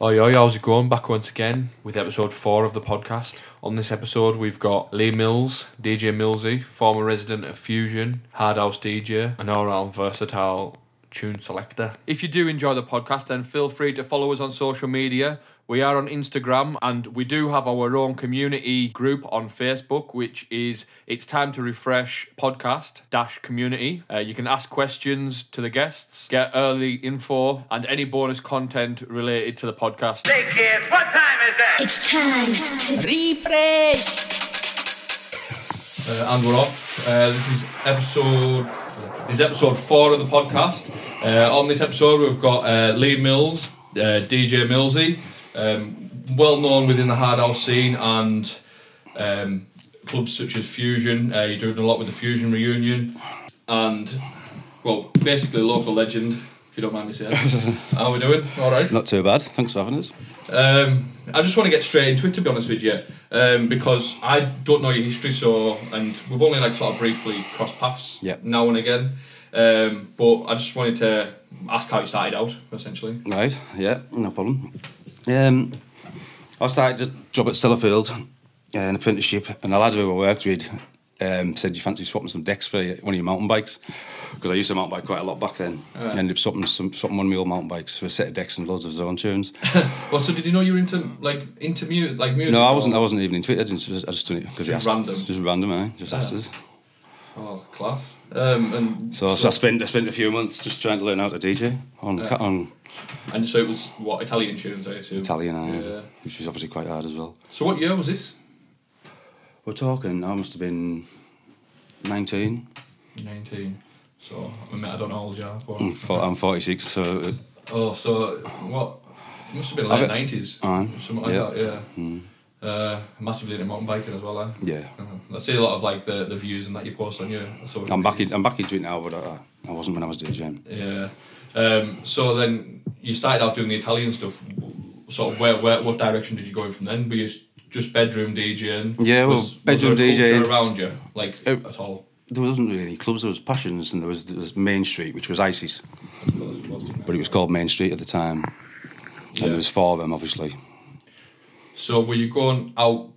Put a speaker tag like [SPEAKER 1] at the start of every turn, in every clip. [SPEAKER 1] Oh, yo, yo, how's it going? Back once again with episode four of the podcast. On this episode, we've got Lee Mills, DJ Millsy, former resident of Fusion, hard house DJ, and all round versatile tune selector. If you do enjoy the podcast, then feel free to follow us on social media. We are on Instagram and we do have our own community group on Facebook, which is It's Time to Refresh Podcast Dash Community. Uh, you can ask questions to the guests, get early info, and any bonus content related to the podcast.
[SPEAKER 2] Hey kid, what time is that?
[SPEAKER 3] It's time to
[SPEAKER 1] Uh, and we're off. Uh, this is episode. This is episode four of the podcast. Uh, on this episode, we've got uh, Lee Mills, uh, DJ Millsy, um, well known within the hard house scene and um, clubs such as Fusion. Uh, you're doing a lot with the Fusion reunion, and well, basically local legend. If you don't mind me saying, how we doing? All right.
[SPEAKER 4] Not too bad. Thanks for having us.
[SPEAKER 1] Um, I just want to get straight into it, to be honest with you, um, because I don't know your history, so and we've only like sort of briefly crossed paths
[SPEAKER 4] Yeah.
[SPEAKER 1] now and again. Um, but I just wanted to ask how you started out, essentially.
[SPEAKER 4] Right. Yeah. No problem. Um, I started a job at Sellafield, an apprenticeship, and a lad who I worked with um, said, "You fancy swapping some decks for one of your mountain bikes?" Because I used to mountain bike quite a lot back then. I ended up swapping some swapping one of my old mountain bikes for a set of decks and loads of zone tunes.
[SPEAKER 1] Well, so did you know you were into like into mu- like music?
[SPEAKER 4] No, I
[SPEAKER 1] or-
[SPEAKER 4] wasn't. I wasn't even into it. I didn't. I just done it because he
[SPEAKER 1] Just
[SPEAKER 4] asked.
[SPEAKER 1] random.
[SPEAKER 4] Just random. Eh? Just asked us.
[SPEAKER 1] Oh, class. Um, and
[SPEAKER 4] So, so I spent I spent a few months just trying to learn how to DJ on ca- on
[SPEAKER 1] and so it was what Italian tunes, I assume.
[SPEAKER 4] Italian, eh,
[SPEAKER 1] Yeah.
[SPEAKER 4] which was obviously quite hard as well.
[SPEAKER 1] So what year was this?
[SPEAKER 4] We're talking, I must have been 19.
[SPEAKER 1] Nineteen. So I mean, I don't know how old you are. But,
[SPEAKER 4] I'm fo- I'm 46, so uh,
[SPEAKER 1] Oh, so what? It must have been late
[SPEAKER 4] Have it-
[SPEAKER 1] nineties,
[SPEAKER 4] Aye.
[SPEAKER 1] something like
[SPEAKER 4] Yeah. Hmm.
[SPEAKER 1] that. Yeah. Uh, massively into mountain biking as well. Eh?
[SPEAKER 4] yeah.
[SPEAKER 1] Uh-huh. I see a lot of like the, the views and that you post on your. social
[SPEAKER 4] I'm back,
[SPEAKER 1] medias.
[SPEAKER 4] in, I'm back into it now, but I, I wasn't when I was DJing.
[SPEAKER 1] Yeah. Um, so then you started out doing the Italian stuff. Sort of where, where what direction did you go in from then? Were you s- just bedroom DJing?
[SPEAKER 4] Yeah, well,
[SPEAKER 1] was,
[SPEAKER 4] bedroom
[SPEAKER 1] was there a culture
[SPEAKER 4] DJing.
[SPEAKER 1] around you, like
[SPEAKER 4] Uh,
[SPEAKER 1] at all.
[SPEAKER 4] There wasn't really any clubs, there was Passions and there was, there was Main Street, which was ISIS, but it was called Main Street at the time. And
[SPEAKER 1] Yeah.
[SPEAKER 4] there was four of them, obviously.
[SPEAKER 1] So were you going out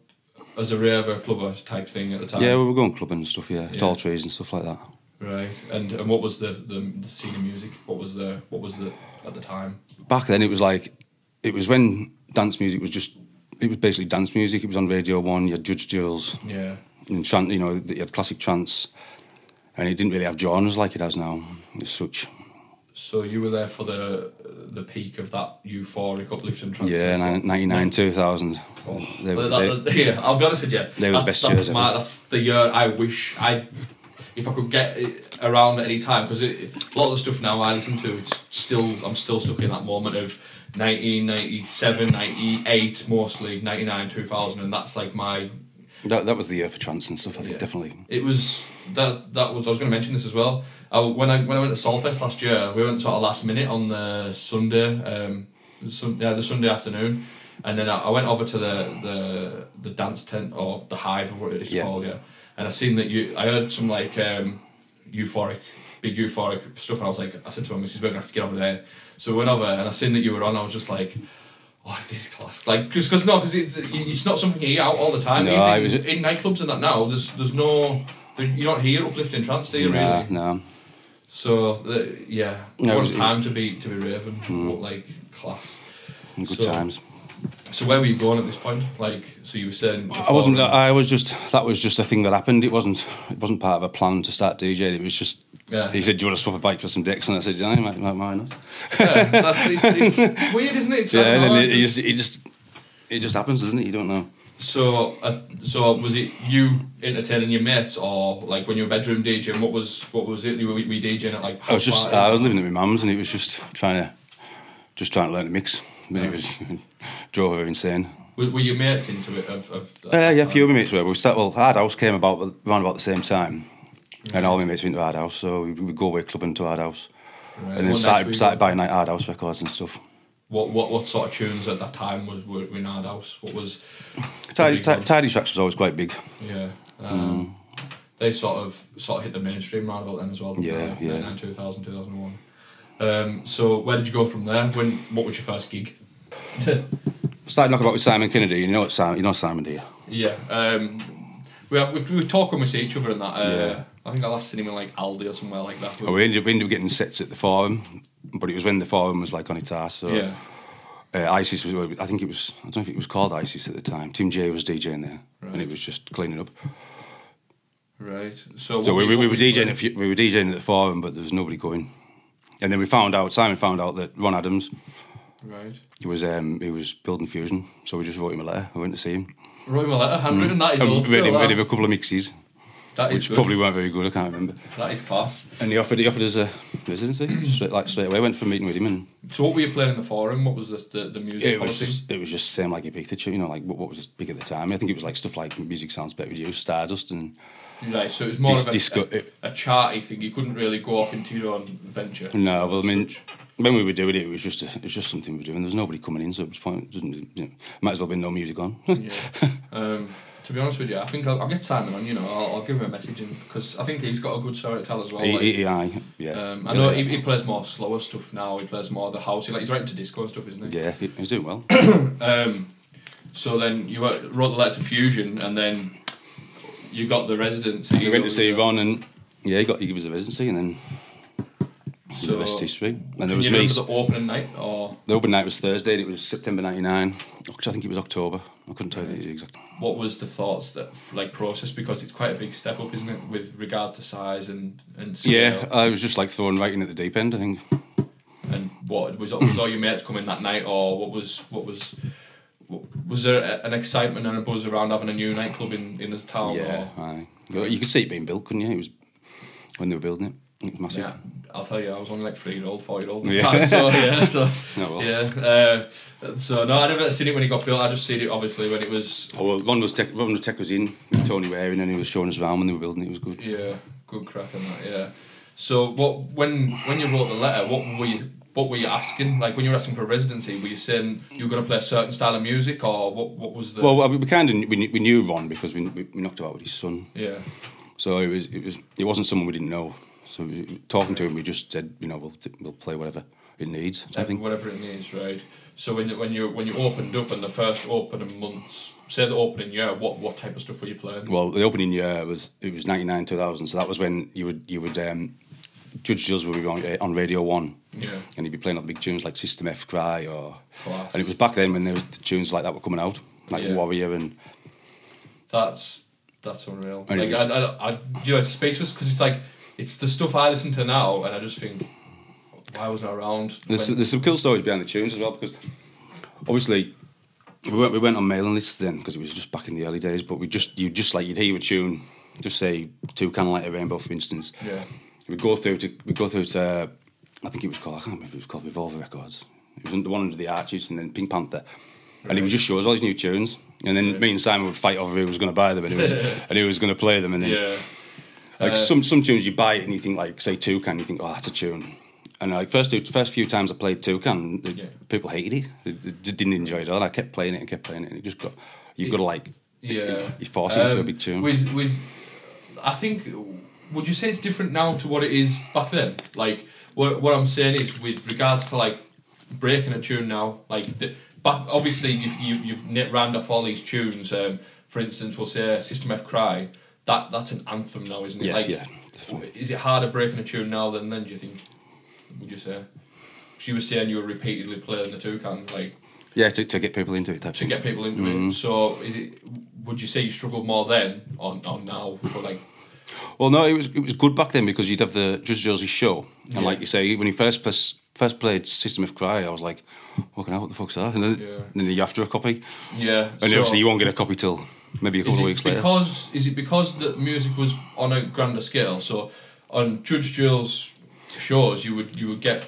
[SPEAKER 1] as a raver clubber type thing at the time?
[SPEAKER 4] Yeah, we were going clubbing and stuff, yeah,
[SPEAKER 1] Yeah.
[SPEAKER 4] tall trees and stuff like that.
[SPEAKER 1] Right, and and what was the, the the scene of music? What was the what was the at the time?
[SPEAKER 4] Back then, it was like, it was when dance music was just, it was basically dance music. It was on Radio 1, you had Judge Jules,
[SPEAKER 1] Yeah,
[SPEAKER 4] in tran you know, that you had classic trance, and it didn't really have genres like it has now. As such,
[SPEAKER 1] so you were there for the the peak of that euphoric uplift and trance.
[SPEAKER 4] yeah, ni- ninety nine, two thousand. They were-
[SPEAKER 1] Oh. Well, that
[SPEAKER 4] they-
[SPEAKER 1] was- yeah, I'll be honest with you.
[SPEAKER 4] they were
[SPEAKER 1] that's,
[SPEAKER 4] the best
[SPEAKER 1] that's
[SPEAKER 4] years
[SPEAKER 1] my
[SPEAKER 4] ever.
[SPEAKER 1] that's the year I wish I if I could get it around at any time because a lot of the stuff now I listen to it's still I'm still stuck in that moment of 1997, 98 mostly 99, 2000 and that's like my
[SPEAKER 4] That, that was the year for trance and stuff. I think
[SPEAKER 1] Yeah.
[SPEAKER 4] definitely.
[SPEAKER 1] It was that that was I was going to mention this as well. I, when I when I went to Solfest last year, we went sort of last minute on the Sunday, um, sun, yeah, the Sunday afternoon, and then I, I went over to the, the the dance tent or the hive or what it's
[SPEAKER 4] Yeah.
[SPEAKER 1] called, yeah. And I seen that you, I heard some like um, euphoric, big euphoric stuff, and I was like, I said to my missus, we're gonna have to get over there. So we went over, and I seen that you were on. I was just like. Oh, this is class. Like, just because no, because it's, it's not something you hear out all the time.
[SPEAKER 4] No,
[SPEAKER 1] Even
[SPEAKER 4] I was-
[SPEAKER 1] in nightclubs and that now, there's there's no you don't hear uplifting trance, do you
[SPEAKER 4] Nah,
[SPEAKER 1] Oh, really?
[SPEAKER 4] nah.
[SPEAKER 1] So the, yeah,
[SPEAKER 4] No,
[SPEAKER 1] what
[SPEAKER 4] Hmm. it
[SPEAKER 1] a
[SPEAKER 4] was-
[SPEAKER 1] time to be to be raving, what, like class.
[SPEAKER 4] Good
[SPEAKER 1] So-
[SPEAKER 4] times.
[SPEAKER 1] So where were you going at this point? Like, so you were saying
[SPEAKER 4] I wasn't. I was just. That was just a thing that happened. It wasn't. It wasn't part of a plan to start DJing. It was just.
[SPEAKER 1] Yeah.
[SPEAKER 4] He said, "Do you want to swap a bike for some decks?" And I said, "Yeah, might, might, why not?"
[SPEAKER 1] yeah, that's, it's, it's weird, isn't it? It's
[SPEAKER 4] Yeah,
[SPEAKER 1] like,
[SPEAKER 4] and
[SPEAKER 1] no,
[SPEAKER 4] then
[SPEAKER 1] I
[SPEAKER 4] it, it
[SPEAKER 1] just-
[SPEAKER 4] just, it just, it just happens, doesn't it? You don't know.
[SPEAKER 1] so uh, so was it you entertaining your mates or like when you were bedroom DJing? What was what was it? You were, were you DJing at like
[SPEAKER 4] I was just. uh,
[SPEAKER 1] parties?
[SPEAKER 4] I was living at my mum's, and it was just trying to, just trying to learn to mix. I mean, it was drove her insane.
[SPEAKER 1] were, were your mates into it? Of, of
[SPEAKER 4] Uh, yeah, a few of my mates were. We started, well, Hard House came about around about the same time, and all my mates went to Hard House, so we would go away clubbing to Hard House,
[SPEAKER 1] Right,
[SPEAKER 4] and then
[SPEAKER 1] what
[SPEAKER 4] started,
[SPEAKER 1] nights were you
[SPEAKER 4] started buying like Hard House records and stuff.
[SPEAKER 1] What what what sort of tunes at that time was were in our house? What was
[SPEAKER 4] Tidy,
[SPEAKER 1] big
[SPEAKER 4] ti
[SPEAKER 1] ones.
[SPEAKER 4] Tidy Tracks was always quite big.
[SPEAKER 1] yeah? Um,
[SPEAKER 4] Mm.
[SPEAKER 1] They sort of sort of hit the mainstream round about then as well.
[SPEAKER 4] Yeah,
[SPEAKER 1] didn't they?
[SPEAKER 4] yeah.
[SPEAKER 1] 99, 2000, 2001. Um, so where did you go from there? When what was your first gig?
[SPEAKER 4] Started knocking about with Simon Kennedy. You know what Simon? You know Simon, do you?
[SPEAKER 1] Yeah. Um, we, have, we we talk when we see each other and that. Uh,
[SPEAKER 4] Yeah. Oh,
[SPEAKER 1] I think I last seen him in like Aldi or somewhere like that.
[SPEAKER 4] Well, we ended, up, we ended up getting sets at the forum, but it was when the forum was like on its ass. So
[SPEAKER 1] Yeah.
[SPEAKER 4] uh, ISIS was. I think it was. I don't know if it was called ISIS at the time. Tim J was DJing there, and
[SPEAKER 1] Right.
[SPEAKER 4] it was just cleaning up.
[SPEAKER 1] Right. So,
[SPEAKER 4] So
[SPEAKER 1] what
[SPEAKER 4] we, we, we
[SPEAKER 1] what
[SPEAKER 4] were DJing. At, few- we were DJing at the forum, but there was nobody going. And then we found out. Simon found out that Ron Adams
[SPEAKER 1] Right.
[SPEAKER 4] was um, he was building Fusion. So we just wrote him a letter. We went to see him.
[SPEAKER 1] Wrote him a letter, handwritten. That is
[SPEAKER 4] Mm. And
[SPEAKER 1] old
[SPEAKER 4] we made
[SPEAKER 1] school,
[SPEAKER 4] him,
[SPEAKER 1] that.
[SPEAKER 4] made him a couple of mixes,
[SPEAKER 1] That is
[SPEAKER 4] which
[SPEAKER 1] good.
[SPEAKER 4] probably weren't very good. I can't remember.
[SPEAKER 1] That is class.
[SPEAKER 4] And he offered he offered us a residency straight like straight away. Went for a meeting with him, and
[SPEAKER 1] So what were you playing in the forum? What was the the, the music
[SPEAKER 4] it was
[SPEAKER 1] policy?
[SPEAKER 4] just it was just same like Ibiza, tune, you know, like what, what was big at the time. I think it was like stuff like music sounds better with you, Stardust, and
[SPEAKER 1] Right. So it was more
[SPEAKER 4] Dis-
[SPEAKER 1] of a,
[SPEAKER 4] disco-
[SPEAKER 1] a, a charty thing. You couldn't really go off into your own venture.
[SPEAKER 4] no, well, I mean. When we were doing it, it was just a, it was just something we were doing. There was nobody coming in, so it was point. Doesn't you know, might as well be no music on.
[SPEAKER 1] Yeah. Um, to be honest with you, I think I'll, I'll get Simon on. You know, I'll, I'll give him a message because I think he's got a good story to tell as well.
[SPEAKER 4] E-
[SPEAKER 1] like-
[SPEAKER 4] E- EI, yeah.
[SPEAKER 1] Um, I
[SPEAKER 4] Yeah,
[SPEAKER 1] know
[SPEAKER 4] yeah.
[SPEAKER 1] he, he plays more slower stuff now. He plays more the house. He, like, he's right into disco and stuff, isn't he?
[SPEAKER 4] Yeah, he- he's doing well.
[SPEAKER 1] Um, so then you wrote wrote the letter to Fusion, and then you got the residency.
[SPEAKER 4] we went to see
[SPEAKER 1] uh,
[SPEAKER 4] Ron, and yeah, he got he gave us a residency, and then
[SPEAKER 1] So,
[SPEAKER 4] the rest is history. And there
[SPEAKER 1] Can
[SPEAKER 4] was
[SPEAKER 1] you
[SPEAKER 4] me.
[SPEAKER 1] remember the opening night or
[SPEAKER 4] The open night was Thursday, and it was September '99. I think it was October. I couldn't tell you the exact.
[SPEAKER 1] what was the thoughts that like process? Because it's quite a big step up, isn't it, with regards to size and and
[SPEAKER 4] Yeah, uh,
[SPEAKER 1] scale?
[SPEAKER 4] I was just like thrown right in at the deep end. I think
[SPEAKER 1] And what was was all your mates coming that night, or what was what was what- was there a- an excitement and a buzz around having a new nightclub in in the town?
[SPEAKER 4] Yeah,
[SPEAKER 1] Or,
[SPEAKER 4] aye. You- You could see it being built, couldn't you? It was when they were building it. It was massive.
[SPEAKER 1] Yeah, I'll tell you, I was only like three year old, four year old.
[SPEAKER 4] Yeah.
[SPEAKER 1] Yeah. So yeah, so
[SPEAKER 4] Oh, well.
[SPEAKER 1] yeah. Uh, so no, I never seen it when it got built. I just seen it obviously when it was
[SPEAKER 4] Oh, well, Ron was tech, Ron was tech was in with Tony Waring, and he was showing us around when they were building it. It was good.
[SPEAKER 1] yeah, good crack and that yeah. So what when when you wrote the letter, what were you what were you asking? Like when you were asking for a residency, were you saying you were going to play a certain style of music, or what? What was the
[SPEAKER 4] Well, I mean, we kind of we, knew- we knew Ron because we, we knocked about with his son,
[SPEAKER 1] yeah
[SPEAKER 4] so it was it was it wasn't someone we didn't know. So we- talking to him, we just said, you know, we'll t- we'll play whatever it needs. I think.
[SPEAKER 1] whatever it needs right? So when you- when you when you opened up in the first opening months, say the opening year, what what type of stuff were you playing?
[SPEAKER 4] Well, the opening year was it was ninety nine two thousand, so that was when you would you would um, Judge Jules would be on, eh, on Radio One,
[SPEAKER 1] Yeah.
[SPEAKER 4] and he'd be playing all the big tunes like System F Cry or,
[SPEAKER 1] Class.
[SPEAKER 4] and it was back then when there was, the tunes like that were coming out, like
[SPEAKER 1] Yeah.
[SPEAKER 4] Warrior and
[SPEAKER 1] That's that's unreal.
[SPEAKER 4] And it
[SPEAKER 1] like
[SPEAKER 4] was-
[SPEAKER 1] I, I, I, do you know, it's speechless because it's like it's the stuff I listen to now, and I just think, why wasn't I around?
[SPEAKER 4] there's
[SPEAKER 1] when-
[SPEAKER 4] there's some cool stories behind the tunes as well because obviously we went we went on mailing lists then because it was just back in the early days, but we just you just like you'd hear a tune, just say two can light a rainbow for instance,
[SPEAKER 1] yeah,
[SPEAKER 4] We go through to we go through to I think it was called I can't remember if it was called Revolver Records. It was the one under the arches and then Pink Panther. And he would just show us all these new tunes. And then me and Simon would fight over who was gonna buy them and who was and who was gonna play them and then
[SPEAKER 1] yeah,
[SPEAKER 4] like
[SPEAKER 1] Uh,
[SPEAKER 4] some some tunes you buy it and you think like say Toucan, you think, Oh that's a tune. And like first two, first few times I played Toucan, the,
[SPEAKER 1] Yeah.
[SPEAKER 4] people hated it. They, they just didn't enjoy it at all. I kept playing it and kept playing it and it just got you've got to like
[SPEAKER 1] yeah.
[SPEAKER 4] you force it into a
[SPEAKER 1] Um,
[SPEAKER 4] big tune.
[SPEAKER 1] With with, I think, would you say it's different now to what it is back then? Like what what I'm saying is with regards to like breaking a tune now, like the, back obviously you've you, you've knit round off all these tunes. Um, for instance, we'll say System F Cry. That that's an anthem now, isn't it?
[SPEAKER 4] yeah,
[SPEAKER 1] like,
[SPEAKER 4] yeah, definitely.
[SPEAKER 1] Is it harder breaking a tune now than then? Do you think? Would you say? She was saying you were repeatedly playing the toucan, like
[SPEAKER 4] Yeah, to, to get people into it type
[SPEAKER 1] to
[SPEAKER 4] thing.
[SPEAKER 1] get people into
[SPEAKER 4] Mm-hmm.
[SPEAKER 1] it. So, is it? Would you say you struggled more then or, or now for like?
[SPEAKER 4] Well, no, it was it was good back then because you'd have the Just Josie show, and
[SPEAKER 1] Yeah.
[SPEAKER 4] like you say, when you first pers- first played System of Cry, I was like, "Fucking hell, what the fuck's that?" And then,
[SPEAKER 1] Yeah.
[SPEAKER 4] and then you have to a copy,
[SPEAKER 1] Yeah.
[SPEAKER 4] and
[SPEAKER 1] so
[SPEAKER 4] obviously you won't get a copy till maybe a
[SPEAKER 1] is
[SPEAKER 4] couple
[SPEAKER 1] it
[SPEAKER 4] of weeks later.
[SPEAKER 1] because is it because the music was on a grander scale? So, on Judge Jules shows, you would you would get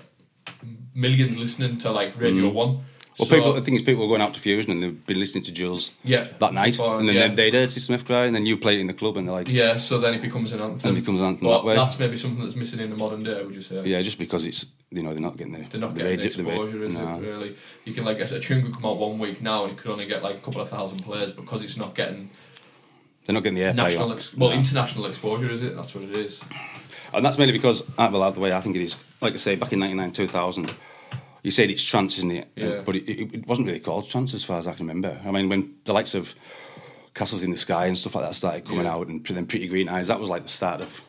[SPEAKER 1] millions listening to like Radio One.
[SPEAKER 4] Mm-hmm. Well,
[SPEAKER 1] So-
[SPEAKER 4] people, the thing is, people were going out to Fusion and they've been listening to Jules
[SPEAKER 1] Yeah.
[SPEAKER 4] that night,
[SPEAKER 1] Before,
[SPEAKER 4] and then
[SPEAKER 1] yeah.
[SPEAKER 4] they, they'd heard System of Cry, and then you play it in the club, and they're like, "Yeah,
[SPEAKER 1] Yeah, so then it becomes an anthem.
[SPEAKER 4] Then becomes an anthem
[SPEAKER 1] Well,
[SPEAKER 4] that way.
[SPEAKER 1] That's maybe something that's missing in the modern day, would you say?
[SPEAKER 4] just because it's you know they're not getting the
[SPEAKER 1] They're not
[SPEAKER 4] the
[SPEAKER 1] getting the
[SPEAKER 4] radio- the radio-
[SPEAKER 1] exposure, is
[SPEAKER 4] no.
[SPEAKER 1] it? Really, you can like a, a tune could come out one week now, and it could only get like a couple of thousand players because it's not getting
[SPEAKER 4] They're not getting the airplay.
[SPEAKER 1] national,
[SPEAKER 4] on.
[SPEAKER 1] ex- well,
[SPEAKER 4] No.
[SPEAKER 1] international exposure, is it? That's what it is.
[SPEAKER 4] And that's mainly because, uh, well, the way I think it is, like I say, back in 99, 2000, You said it's trance, isn't it?
[SPEAKER 1] Yeah.
[SPEAKER 4] But it, it, it wasn't really called trance as far as I can remember. I mean, when the likes of Castles in the Sky and stuff like that started coming
[SPEAKER 1] Yeah.
[SPEAKER 4] out, and then Pretty Green Eyes, that was like the start of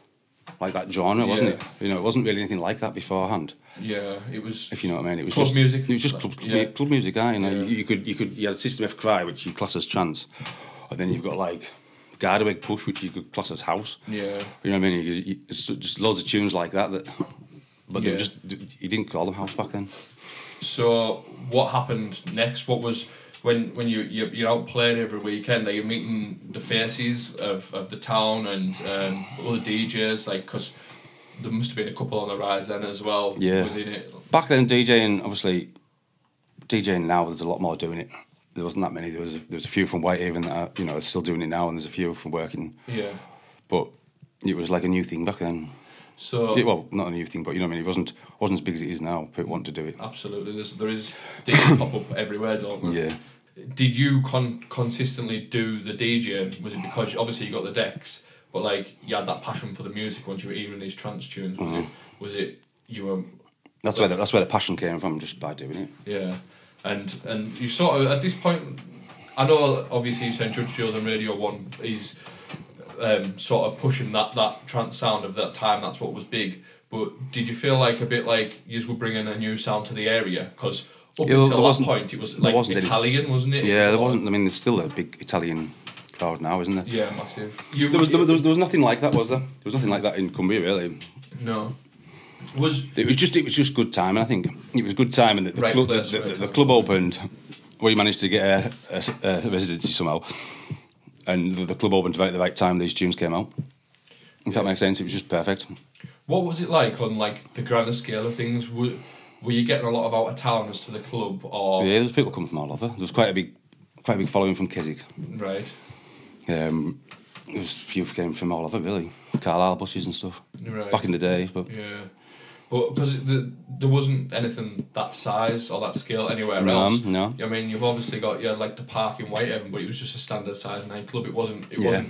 [SPEAKER 4] like that genre, wasn't
[SPEAKER 1] Yeah.
[SPEAKER 4] it? You know, it wasn't really anything like that beforehand.
[SPEAKER 1] Yeah, it was.
[SPEAKER 4] If you know what I mean, it was
[SPEAKER 1] Club
[SPEAKER 4] just
[SPEAKER 1] music.
[SPEAKER 4] It was just club, club
[SPEAKER 1] Yeah.
[SPEAKER 4] mu- club music, aye, you know.
[SPEAKER 1] Yeah.
[SPEAKER 4] You, you could you could you had System F Cry, which you class as trance, and then you've got like Gardaway Push, which you could class as house.
[SPEAKER 1] Yeah.
[SPEAKER 4] You know what I mean? You, you, it's just loads of tunes like that that, but they
[SPEAKER 1] Yeah.
[SPEAKER 4] were just you didn't call them house back then.
[SPEAKER 1] So what happened next? What was when when you you're, you're out playing every weekend? Are you meeting the faces of, of the town and um, other DJs? Like because there must have been a couple on the rise then as well.
[SPEAKER 4] Yeah.
[SPEAKER 1] Within it.
[SPEAKER 4] Back then, DJing obviously DJing now there's a lot more doing it. There wasn't that many. There was a, there was a few from Whitehaven that are, you know are still doing it now, and there's a few from working,
[SPEAKER 1] Yeah.
[SPEAKER 4] but it was like a new thing back then.
[SPEAKER 1] So
[SPEAKER 4] Yeah, well, not a new thing, but you know what I mean. It wasn't wasn't as big as it is now. People want to do it.
[SPEAKER 1] absolutely, there's, there is DJs pop up everywhere, don't there?
[SPEAKER 4] Yeah.
[SPEAKER 1] did you con- consistently do the DJing? Was it because obviously you got the decks, but like you had that passion for the music once you were hearing these trance tunes? Was it?
[SPEAKER 4] Mm-hmm.
[SPEAKER 1] Was it you were?
[SPEAKER 4] That's where the, that's where the passion came from, just by doing it.
[SPEAKER 1] Yeah, and and you sort of at this point, I know obviously you saying Judge Jules and Radio One is um, sort of pushing that that trance sound of that time. That's what was big. But did you feel like a bit like you were bringing a new sound to the area? Because up
[SPEAKER 4] Yeah, well, there
[SPEAKER 1] until that
[SPEAKER 4] wasn't-
[SPEAKER 1] point, it was
[SPEAKER 4] there
[SPEAKER 1] like
[SPEAKER 4] wasn't any-
[SPEAKER 1] Italian, wasn't it? It
[SPEAKER 4] Yeah,
[SPEAKER 1] was
[SPEAKER 4] there
[SPEAKER 1] all-
[SPEAKER 4] wasn't. I mean, there's still a big Italian crowd now, isn't there?
[SPEAKER 1] Yeah, massive. You,
[SPEAKER 4] There was, there was there was there was nothing like that, was there? There was nothing like that in Cumbria, really.
[SPEAKER 1] No. Was
[SPEAKER 4] It was just it was just good time, and I think it was good time, and the, the,
[SPEAKER 1] Right
[SPEAKER 4] club,
[SPEAKER 1] place,
[SPEAKER 4] the, the,
[SPEAKER 1] right
[SPEAKER 4] the
[SPEAKER 1] time.
[SPEAKER 4] club opened. We managed to get a, a s- a residency somehow, and the, the club opened about the right time. These tunes came out. If that makes sense, it was just perfect.
[SPEAKER 1] what was it like on like the grander scale of things? Were, were you getting a lot of out of towners to the club or
[SPEAKER 4] Yeah, there's people come from all over. There was quite a big, quite a big following from Keswick.
[SPEAKER 1] right?
[SPEAKER 4] Um, there was a few came from all over, really. Carlisle buses and stuff.
[SPEAKER 1] Right.
[SPEAKER 4] Back in the day, but
[SPEAKER 1] Yeah. But because the, there wasn't anything that size or that scale anywhere
[SPEAKER 4] No,
[SPEAKER 1] else.
[SPEAKER 4] no.
[SPEAKER 1] I mean, you've obviously got you had like the park in Whitehaven, but it was just a standard size nightclub. It wasn't. It
[SPEAKER 4] Yeah.
[SPEAKER 1] wasn't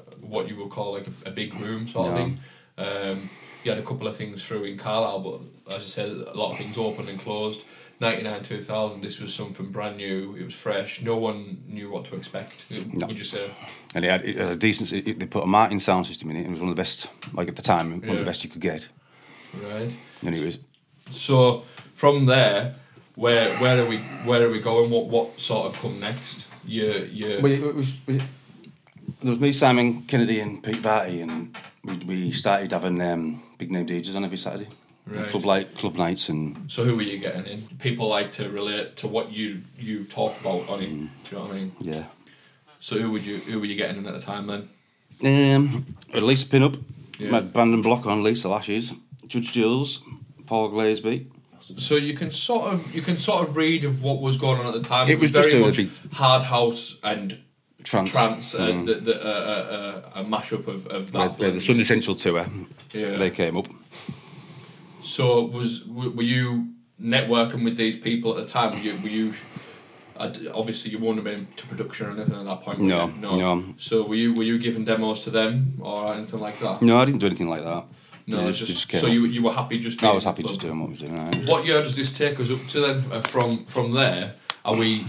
[SPEAKER 1] uh, what you would call like a, a big room sort
[SPEAKER 4] No.
[SPEAKER 1] of thing. Um, you had a couple of things through in Carlisle, but as I said, a lot of things opened and closed. 99 2000 this was something brand new it was fresh no one knew what to expect would you say
[SPEAKER 4] and it had, it had a decent. It, they put a Martin sound system in it. It was one of the best, like at the time, one of
[SPEAKER 1] Yeah.
[SPEAKER 4] the best you could get.
[SPEAKER 1] right
[SPEAKER 4] And it was
[SPEAKER 1] So from there, where where are we where are we going? What what sort of come next? You you
[SPEAKER 4] Well, it was, was it- there was me, Simon Kennedy, and Pete Barty, and we, we started having um, big name DJs on every Saturday.
[SPEAKER 1] Right.
[SPEAKER 4] Club light, club nights, and
[SPEAKER 1] so who are you getting in? People like to relate to what you you've talked about on it.
[SPEAKER 4] Mm.
[SPEAKER 1] Do you know what I mean?
[SPEAKER 4] yeah.
[SPEAKER 1] So who would you who were you getting in at the time then?
[SPEAKER 4] Um, at Lisa Pinup,
[SPEAKER 1] Yeah.
[SPEAKER 4] yeah. Brandon Block on Lisa Lashes, Judge Jules, Paul Glazeby.
[SPEAKER 1] So you can sort of you can sort of read of what was going on at the time.
[SPEAKER 4] It was just
[SPEAKER 1] very
[SPEAKER 4] a
[SPEAKER 1] much
[SPEAKER 4] big-
[SPEAKER 1] hard house and
[SPEAKER 4] Trance.
[SPEAKER 1] trance
[SPEAKER 4] Mm.
[SPEAKER 1] and the, the, uh, uh, uh, a mashup of of that.
[SPEAKER 4] Where- where the
[SPEAKER 1] blend.
[SPEAKER 4] Sun Essential tour,
[SPEAKER 1] Yeah.
[SPEAKER 4] they came up.
[SPEAKER 1] So was w- were you networking with these people at the time? Were you, were you I d- obviously you wouldn't have been to production or anything at that point. were
[SPEAKER 4] No,
[SPEAKER 1] you?
[SPEAKER 4] no.
[SPEAKER 1] So were you were you giving demos to them or anything like that?
[SPEAKER 4] No, I didn't do anything like that.
[SPEAKER 1] no
[SPEAKER 4] They
[SPEAKER 1] it's
[SPEAKER 4] they
[SPEAKER 1] just,
[SPEAKER 4] came
[SPEAKER 1] so
[SPEAKER 4] up.
[SPEAKER 1] you you were happy just.
[SPEAKER 4] I
[SPEAKER 1] doing
[SPEAKER 4] was happy
[SPEAKER 1] the
[SPEAKER 4] just
[SPEAKER 1] club.
[SPEAKER 4] doing what I was doing. aye.
[SPEAKER 1] What year does this take us up to then? Uh, from from there, are we?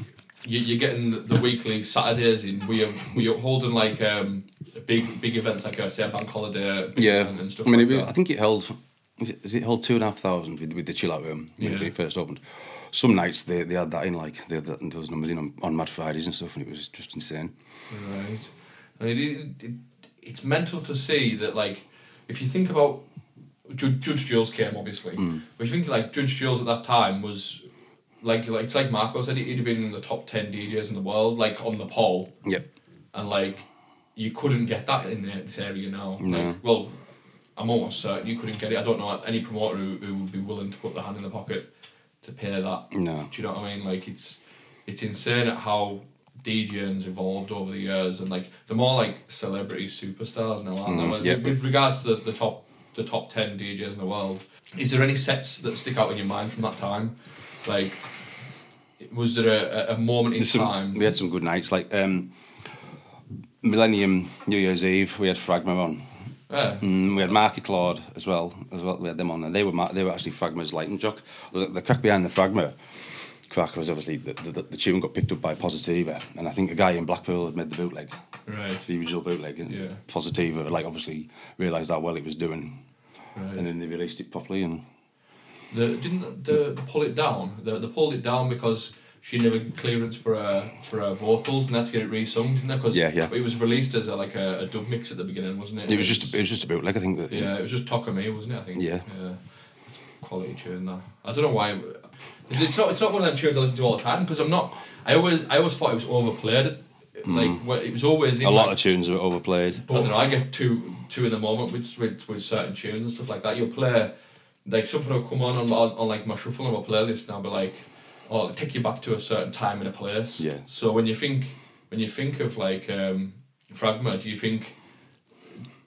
[SPEAKER 1] You, you're getting the, the weekly Saturdays in. We are we are holding like um big big events like I say a bank holiday. a big
[SPEAKER 4] Yeah,
[SPEAKER 1] event and stuff
[SPEAKER 4] I mean,
[SPEAKER 1] like
[SPEAKER 4] it,
[SPEAKER 1] that.
[SPEAKER 4] I think it held. was It was it held two and a half thousand with, with the chill out room when
[SPEAKER 1] Yeah.
[SPEAKER 4] it first opened. Some nights they, they had that in like they had that, those numbers in on, on Mad Fridays and stuff, and it was just insane.
[SPEAKER 1] Right. I mean, it, it, it's mental to see that, like, if you think about Judge, Judge Jules came, obviously. But if you think, like, Judge Jules at that time was, like, like it's like Marco said, he'd have been in the top 10 DJs in the world, like, on the poll.
[SPEAKER 4] Yep.
[SPEAKER 1] And, like, you couldn't get that in this area now.
[SPEAKER 4] No.
[SPEAKER 1] Like, well, I'm almost certain you couldn't get it. I don't know any promoter who, who would be willing to put their hand in the pocket to pay that.
[SPEAKER 4] No.
[SPEAKER 1] Do you know what I mean? Like it's it's insane at how DJing's evolved over the years, and like they're more like celebrity superstars now, aren't they?
[SPEAKER 4] Mm,
[SPEAKER 1] Like,
[SPEAKER 4] yeah.
[SPEAKER 1] with, with regards to the, the top the top ten DJs in the world, is there any sets that stick out in your mind from that time? Like, was there a, a- a moment in
[SPEAKER 4] There's some-
[SPEAKER 1] time?
[SPEAKER 4] we had some good nights like um, Millennium New Year's Eve. We had Fragma on.
[SPEAKER 1] Yeah.
[SPEAKER 4] Mm, we had Marky Claude as well, as well. We had them on, and they were mar- they were actually Fragma's lightning jock. The, the crack behind the Fragma crack was obviously the, the, the tune got picked up by Positiva, and I think a guy in Blackpool had made the bootleg,
[SPEAKER 1] Right.
[SPEAKER 4] the original bootleg, and
[SPEAKER 1] Yeah.
[SPEAKER 4] Positiva like obviously realised how well it was doing,
[SPEAKER 1] Right.
[SPEAKER 4] and then they released it properly. And
[SPEAKER 1] The, didn't the, pull it down? They, they pulled it down because she never got clearance for her for her vocals and had to get it re-sung, didn't they? 'Cause
[SPEAKER 4] Yeah, yeah.
[SPEAKER 1] It was released as a, like a, a dub mix at the beginning, wasn't it?
[SPEAKER 4] it was just it was just a bootleg, I think. That,
[SPEAKER 1] yeah, it was just Talk of Me, wasn't it? I think.
[SPEAKER 4] Yeah.
[SPEAKER 1] yeah. It's quality tune that. I don't know why. it- It's not. It's not one of them tunes I listen to all the time because I'm not. I always. I always thought it was overplayed. Like wh- it was always in
[SPEAKER 4] Mm. a lot
[SPEAKER 1] like,
[SPEAKER 4] of tunes were overplayed.
[SPEAKER 1] I don't know. I get two two in the moment with with, with certain tunes and stuff like that. You'll play like something will come on on, on, on like my shuffle on my playlist, and I'll be like, "Oh, it'll take you back to a certain time and a place."
[SPEAKER 4] Yeah.
[SPEAKER 1] So when you think when you think of like um, Fragma, do you think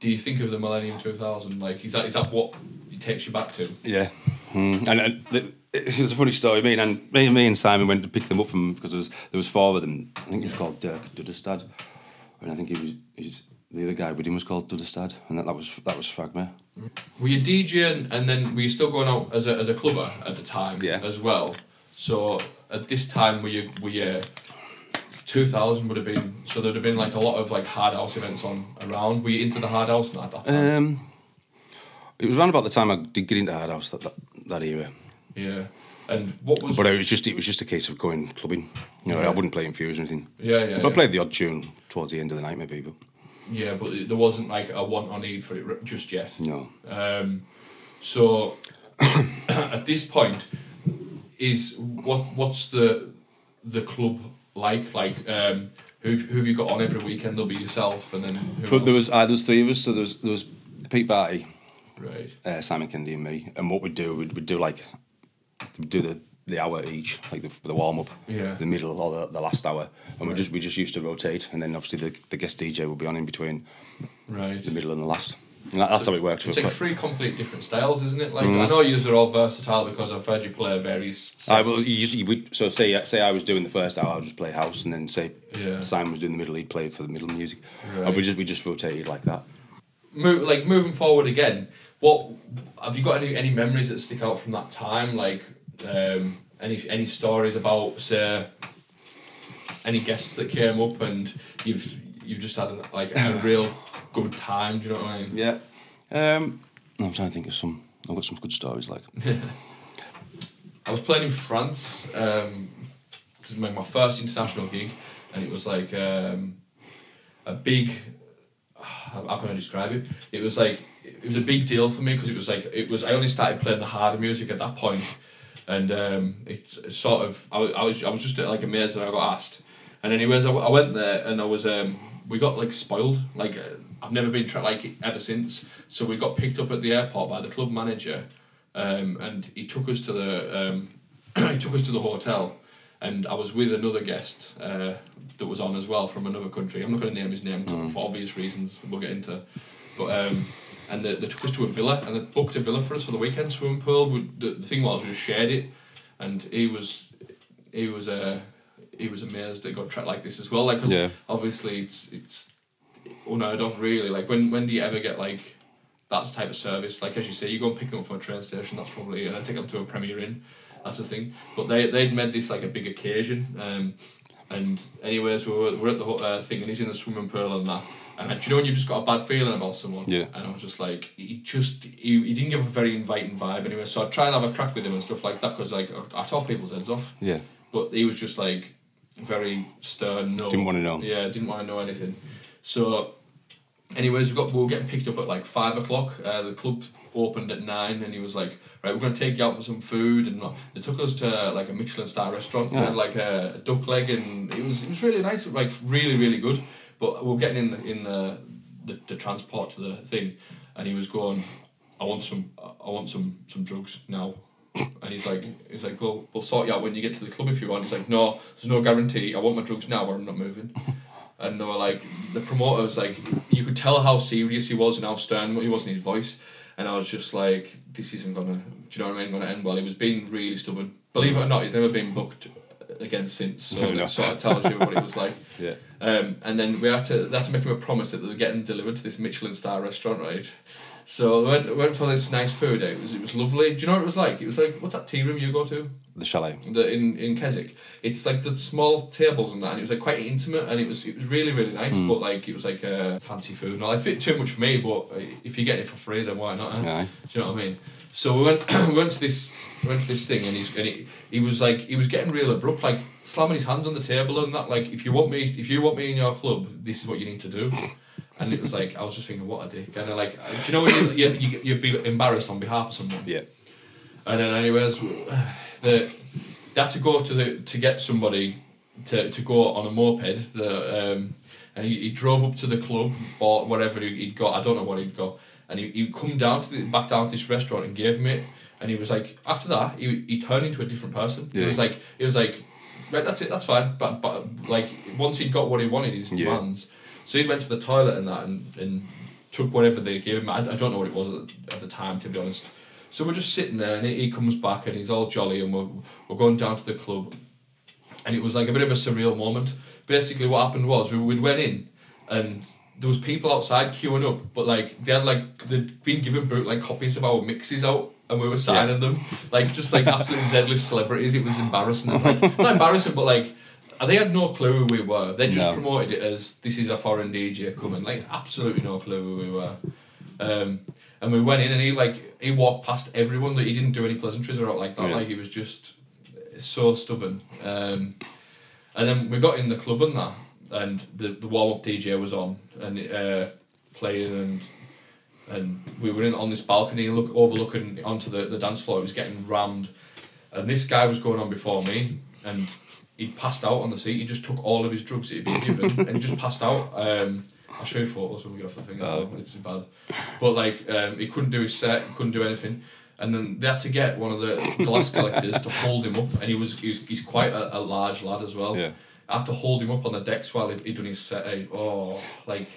[SPEAKER 1] do you think of the Millennium Two Thousand? Like, is that is that what it takes you back to?
[SPEAKER 4] Yeah, mm. and, and the, it was a funny story. Me and me, and- me and Simon went to pick them up from because there was there was four of them. I think he was called Dirk Dudestad, and I think he was he's, the other guy with him was called Dudestad, and that, that was that was Fragma.
[SPEAKER 1] Were you DJing and then were you still going out as a as a clubber at the time
[SPEAKER 4] Yeah.
[SPEAKER 1] as well? So at this time were you were you two thousand would have been so there'd have been like a lot of like hard house events on around. Were you into the hard house night at that time?
[SPEAKER 4] Um, it was around about the time I did get into Hard House that, that that era,
[SPEAKER 1] yeah. And what was
[SPEAKER 4] but it was just it was just a case of going clubbing. You know, I
[SPEAKER 1] Right.
[SPEAKER 4] wouldn't play in Fuse or anything.
[SPEAKER 1] Yeah, yeah,
[SPEAKER 4] But
[SPEAKER 1] yeah.
[SPEAKER 4] I played the odd tune towards the end of the night, maybe. But
[SPEAKER 1] yeah, but there wasn't like a want or need for it r- just yet.
[SPEAKER 4] no,
[SPEAKER 1] Um, so at this point, is what what's the the club like? Like um, who who have you got on every weekend? There'll be yourself, and then who
[SPEAKER 4] but there
[SPEAKER 1] else?
[SPEAKER 4] was uh, there was three of us. So there was there was Pete Varty.
[SPEAKER 1] right,
[SPEAKER 4] uh, Simon Kennedy and me. And what we'd do, we'd, we'd do like, we'd do the, the hour each, like the, the warm up,
[SPEAKER 1] Yeah.
[SPEAKER 4] the middle or the, the last hour. And we just we just used to rotate. And then obviously the, the guest DJ would be on in between
[SPEAKER 1] right.
[SPEAKER 4] the middle and the last. And that, that's how it worked. for
[SPEAKER 1] It's like
[SPEAKER 4] quite-
[SPEAKER 1] three complete different styles, isn't it?
[SPEAKER 4] Mm-hmm.
[SPEAKER 1] Like I know yous are all versatile because I've heard you play various. Sets.
[SPEAKER 4] I will. You, you would, so say uh, say I was doing the first hour, I would just play house, and then say
[SPEAKER 1] Yeah.
[SPEAKER 4] Simon was doing the middle, he'd play for the middle music, and we
[SPEAKER 1] Right.
[SPEAKER 4] just we just rotated like that.
[SPEAKER 1] Mo- like moving forward again. What have you got any any memories that stick out from that time? Like um, any any stories about say any guests that came up and you've you've just had like a real good time. Do you know what I mean?
[SPEAKER 4] Yeah. Um, I'm trying to think of some. I've got some good stories like.
[SPEAKER 1] I was playing in France. Um, this was my, my first international gig, and it was like um, a big. How how can I describe it? It was like it was a big deal for me because it was like it was. I only started playing the harder music at that point, and um, it, it sort of I, wa- I was I was just like amazed that I got asked. And anyways, I, w- I went there and I was um, we got like spoiled. Like uh, I've never been tra- like ever since. So we got picked up at the airport by the club manager, um, and he took us to the um, he took us to the hotel, and I was with another guest uh, that was on as well from another country. I'm not going to name his name 'cause for obvious reasons. We'll get into, but um, and they, they took us to a villa and they booked a villa for us for the weekend swimming pool. We, the, the thing was we shared it, and he was he was uh, he was amazed that it got tracked like this as well. Like 'cause
[SPEAKER 4] Yeah.
[SPEAKER 1] obviously it's it's unheard of really. Like when when do you ever get like that type of service. Like as you say, you go and pick them up from a train station. That's probably and then take them to a premier inn. That's the thing. But they they'd made this like a big occasion. Um, and anyways, we were, we we're at the uh, thing, and he's in the swimming pool and that. And do you know when you've just got a bad feeling about someone?
[SPEAKER 4] Yeah.
[SPEAKER 1] And I was just like, he just he, he didn't give a very inviting vibe anyway. So I would try and have a crack with him and stuff like that because like I, I talk people's heads off.
[SPEAKER 4] Yeah.
[SPEAKER 1] But he was just like very stern. No.
[SPEAKER 4] Didn't wanna know.
[SPEAKER 1] Yeah, didn't want to know anything. So, anyways, we got we were getting picked up at like five o'clock. Uh, the club opened at nine, and he was like, "Right, we're gonna take you out for some food." And they took us to like a Michelin star restaurant. We
[SPEAKER 4] Yeah.
[SPEAKER 1] had like a duck leg, and it was it was really nice. Like really really good. But we we're getting in the in the the, the transport to the thing, and he was going, "I want some I want some some drugs now." And he's like, he's like, well, we'll sort you out when you get to the club if you want. He's like, no, there's no guarantee. I want my drugs now, or I'm not moving. And they were like, the promoter was like, you could tell how serious he was and how stern he was in his voice. And I was just like, this isn't gonna, do you know what I mean? Gonna end well. He was being really stubborn. Believe it or not, he's never been booked again since, so
[SPEAKER 4] Fair
[SPEAKER 1] it
[SPEAKER 4] enough.
[SPEAKER 1] sort of tells you what it was like.
[SPEAKER 4] Yeah.
[SPEAKER 1] Um, and then we had to they had to make him a promise that they were getting delivered to this Michelin star restaurant, right? So we went, went for this nice food. It was it was lovely. Do you know what it was like? It was like what's that tea room you go to?
[SPEAKER 4] The chalet.
[SPEAKER 1] the, in in Keswick. It's like the small tables and that, and it was like quite intimate, and it was it was really really nice. But like it was like uh, fancy food, and all. it's a bit too much for me. But uh, if you get it for free, then why not? eh?
[SPEAKER 4] Aye.
[SPEAKER 1] Do you know what I mean? So we went we went to this we went to this thing, and he's and he, he was like he was getting real abrupt, like slamming his hands on the table and that. Like if you want me, if you want me in your club, this is what you need to do. And it was like I was just thinking, what a dick! And I like, do you know when you, you, you'd be embarrassed on behalf of someone?
[SPEAKER 4] Yeah.
[SPEAKER 1] And then, anyways, the they had to go to the to get somebody to, to go on a moped. The um, and he, he drove up to the club, bought whatever he- he'd got. I don't know what he'd got. And he he come down to the, back down to this restaurant and gave me it. And he was like, after that, he he turned into a different person. He
[SPEAKER 4] Yeah.
[SPEAKER 1] was like, he was like, right, that's it, that's fine. But but like once he'd got what he wanted, his
[SPEAKER 4] Yeah.
[SPEAKER 1] demands. So he went to the toilet and that and and took whatever they gave him. I, I don't know what it was at the, at the time, to be honest. So we're just sitting there, and he he comes back, and he's all jolly, and we're, we're going down to the club, and it was like a bit of a surreal moment. Basically, what happened was we we went in, and there was people outside queuing up, but like they had like they'd been given boot like copies of our mixes out. And we were signing them, like just like absolutely Z-list celebrities. It was embarrassing, like not embarrassing, but like they had no clue who we were. They just
[SPEAKER 4] No.
[SPEAKER 1] promoted it as this is a foreign DJ coming, like absolutely no clue who we were. Um, and we went in, and he like he walked past everyone. That he didn't do any pleasantries or like that.
[SPEAKER 4] Yeah.
[SPEAKER 1] Like he was just so stubborn. Um, and then we got in the club and that, and the, the warm up DJ was on and uh, playing, and and we were in on this balcony look overlooking onto the, the dance floor. It was getting rammed, and this guy was going on before me, and he passed out on the seat. He just took all of his drugs that he'd been given, and he just passed out. Um, I'll show you photos when we get off the thing. as well. It's bad, but like um, he couldn't do his set, he couldn't do anything. And then they had to get one of the glass collectors to hold him up, and he was, he was he's quite a, a large lad as well.
[SPEAKER 4] Yeah.
[SPEAKER 1] I had to hold him up on the decks while he- he'd done his set out. Oh, like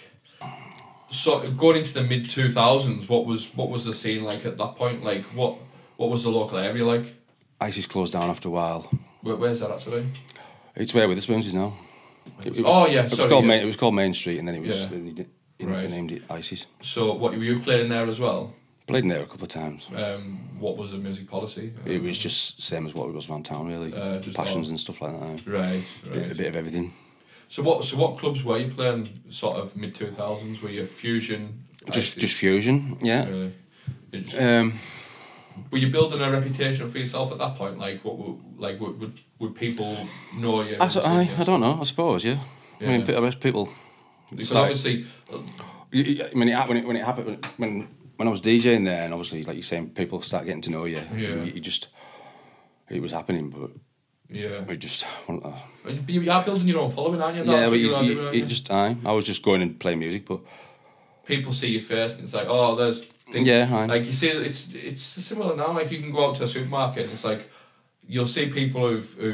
[SPEAKER 1] so going into the mid two thousands, what was what was the scene like at that point? Like what what was the local area like?
[SPEAKER 4] ISIS closed down after a while.
[SPEAKER 1] Where, where's that actually?
[SPEAKER 4] It's where Witherspoons is now. It, it was,
[SPEAKER 1] Oh yeah,
[SPEAKER 4] it was
[SPEAKER 1] sorry.
[SPEAKER 4] called
[SPEAKER 1] yeah.
[SPEAKER 4] Main, it was called Main Street, and then it was
[SPEAKER 1] Yeah.
[SPEAKER 4] they did- they
[SPEAKER 1] Right.
[SPEAKER 4] named it ISIS.
[SPEAKER 1] So what were you playing there as well?
[SPEAKER 4] Played in there a couple of times.
[SPEAKER 1] Um, what was the music policy?
[SPEAKER 4] It was just same as what it was around town, really.
[SPEAKER 1] Uh, just
[SPEAKER 4] Passions
[SPEAKER 1] all-
[SPEAKER 4] and stuff like that. eh?
[SPEAKER 1] right,
[SPEAKER 4] Bit- A
[SPEAKER 1] right.
[SPEAKER 4] bit of everything.
[SPEAKER 1] So what so what clubs were you playing? Sort of mid two thousands. Were you fusion?
[SPEAKER 4] Just
[SPEAKER 1] IC?
[SPEAKER 4] just fusion, yeah.
[SPEAKER 1] Really? It just-
[SPEAKER 4] Um,
[SPEAKER 1] were you building a reputation for yourself at that point? Like, what, would like would would, would people know you? and
[SPEAKER 4] I, s-
[SPEAKER 1] see
[SPEAKER 4] I,
[SPEAKER 1] you?
[SPEAKER 4] I don't know. I suppose, yeah. I
[SPEAKER 1] Yeah.
[SPEAKER 4] mean, I rest people.
[SPEAKER 1] Because
[SPEAKER 4] Sorry.
[SPEAKER 1] obviously, uh,
[SPEAKER 4] You- you- I mean, it, hap- when it when it happened when when I was DJing there, and obviously, like you're saying, people start getting to know you.
[SPEAKER 1] Yeah.
[SPEAKER 4] You, you just it was happening, but
[SPEAKER 1] yeah,
[SPEAKER 4] it just wasn't that-
[SPEAKER 1] you you are building your own following, aren't you? That's
[SPEAKER 4] yeah.
[SPEAKER 1] what
[SPEAKER 4] But
[SPEAKER 1] you
[SPEAKER 4] you,
[SPEAKER 1] are
[SPEAKER 4] you-
[SPEAKER 1] doing, aren't
[SPEAKER 4] it
[SPEAKER 1] you?
[SPEAKER 4] just I I was just going and playing music, but
[SPEAKER 1] people see you first, and it's like, oh, there's things.
[SPEAKER 4] Yeah, aye.
[SPEAKER 1] like you see, it's it's similar now. Like you can go out to a supermarket, and it's like you'll see people who who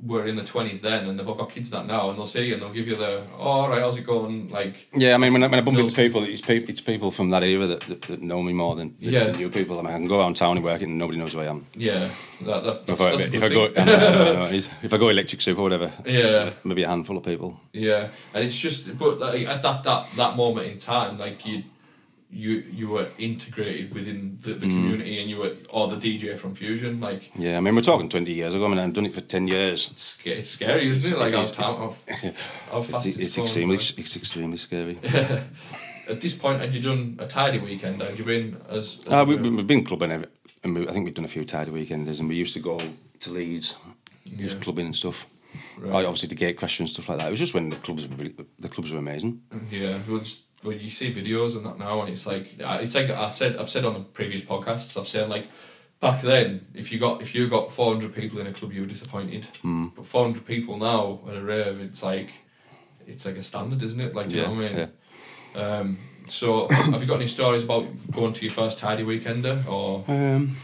[SPEAKER 1] were in the twenties then, and they've all got kids that now, and they'll see you, and they'll give you the, oh, all right, how's it going? Like,
[SPEAKER 4] yeah. I mean, when I, when I bump
[SPEAKER 1] No.
[SPEAKER 4] into people, it's people it's people from that era that, that, that know me more than, than
[SPEAKER 1] Yeah.
[SPEAKER 4] new people. I mean, I can go around town and work it, and nobody knows who I am.
[SPEAKER 1] yeah, that, that, that's,
[SPEAKER 4] If I,
[SPEAKER 1] that's a
[SPEAKER 4] if
[SPEAKER 1] good
[SPEAKER 4] I go,
[SPEAKER 1] thing.
[SPEAKER 4] I know, I know, I know, it is. if I go electric soup or whatever,
[SPEAKER 1] Yeah.
[SPEAKER 4] maybe a handful of people.
[SPEAKER 1] Yeah, and it's just, but like at that that that moment in time, like you, you you were integrated within the, the
[SPEAKER 4] Mm.
[SPEAKER 1] community, and you were or the DJ from Fusion. Like
[SPEAKER 4] Yeah, I mean, we're talking twenty years ago. I mean, I've done it for ten years.
[SPEAKER 1] it's, sca- it's scary, isn't it? Like how, how, how fast
[SPEAKER 4] It's,
[SPEAKER 1] it's,
[SPEAKER 4] it's
[SPEAKER 1] going,
[SPEAKER 4] extremely,
[SPEAKER 1] like.
[SPEAKER 4] it's extremely scary.
[SPEAKER 1] At this point, had you done a tidy weekend? Had you been as? as
[SPEAKER 4] Uh, we, we've been clubbing, every, and we, I think we've done a few tidy weekenders, and we used to go to Leeds, just
[SPEAKER 1] Yeah.
[SPEAKER 4] clubbing and stuff.
[SPEAKER 1] Right.
[SPEAKER 4] Like, Obviously, the gate crasher and stuff like that. It was just when the clubs were really, the clubs were amazing.
[SPEAKER 1] Yeah, well, it's- well, you see videos and that now, and it's like I- it's like I said, I've said on the previous podcasts, I've said like back then, if you got if you got four hundred people in a club, you were disappointed.
[SPEAKER 4] Hmm.
[SPEAKER 1] Mm. But four hundred people now at a rave, it's like it's like a standard, isn't it? Like, do you know what I mean? Um, so, have you got any stories about going to your first tidy weekender or?
[SPEAKER 4] Um,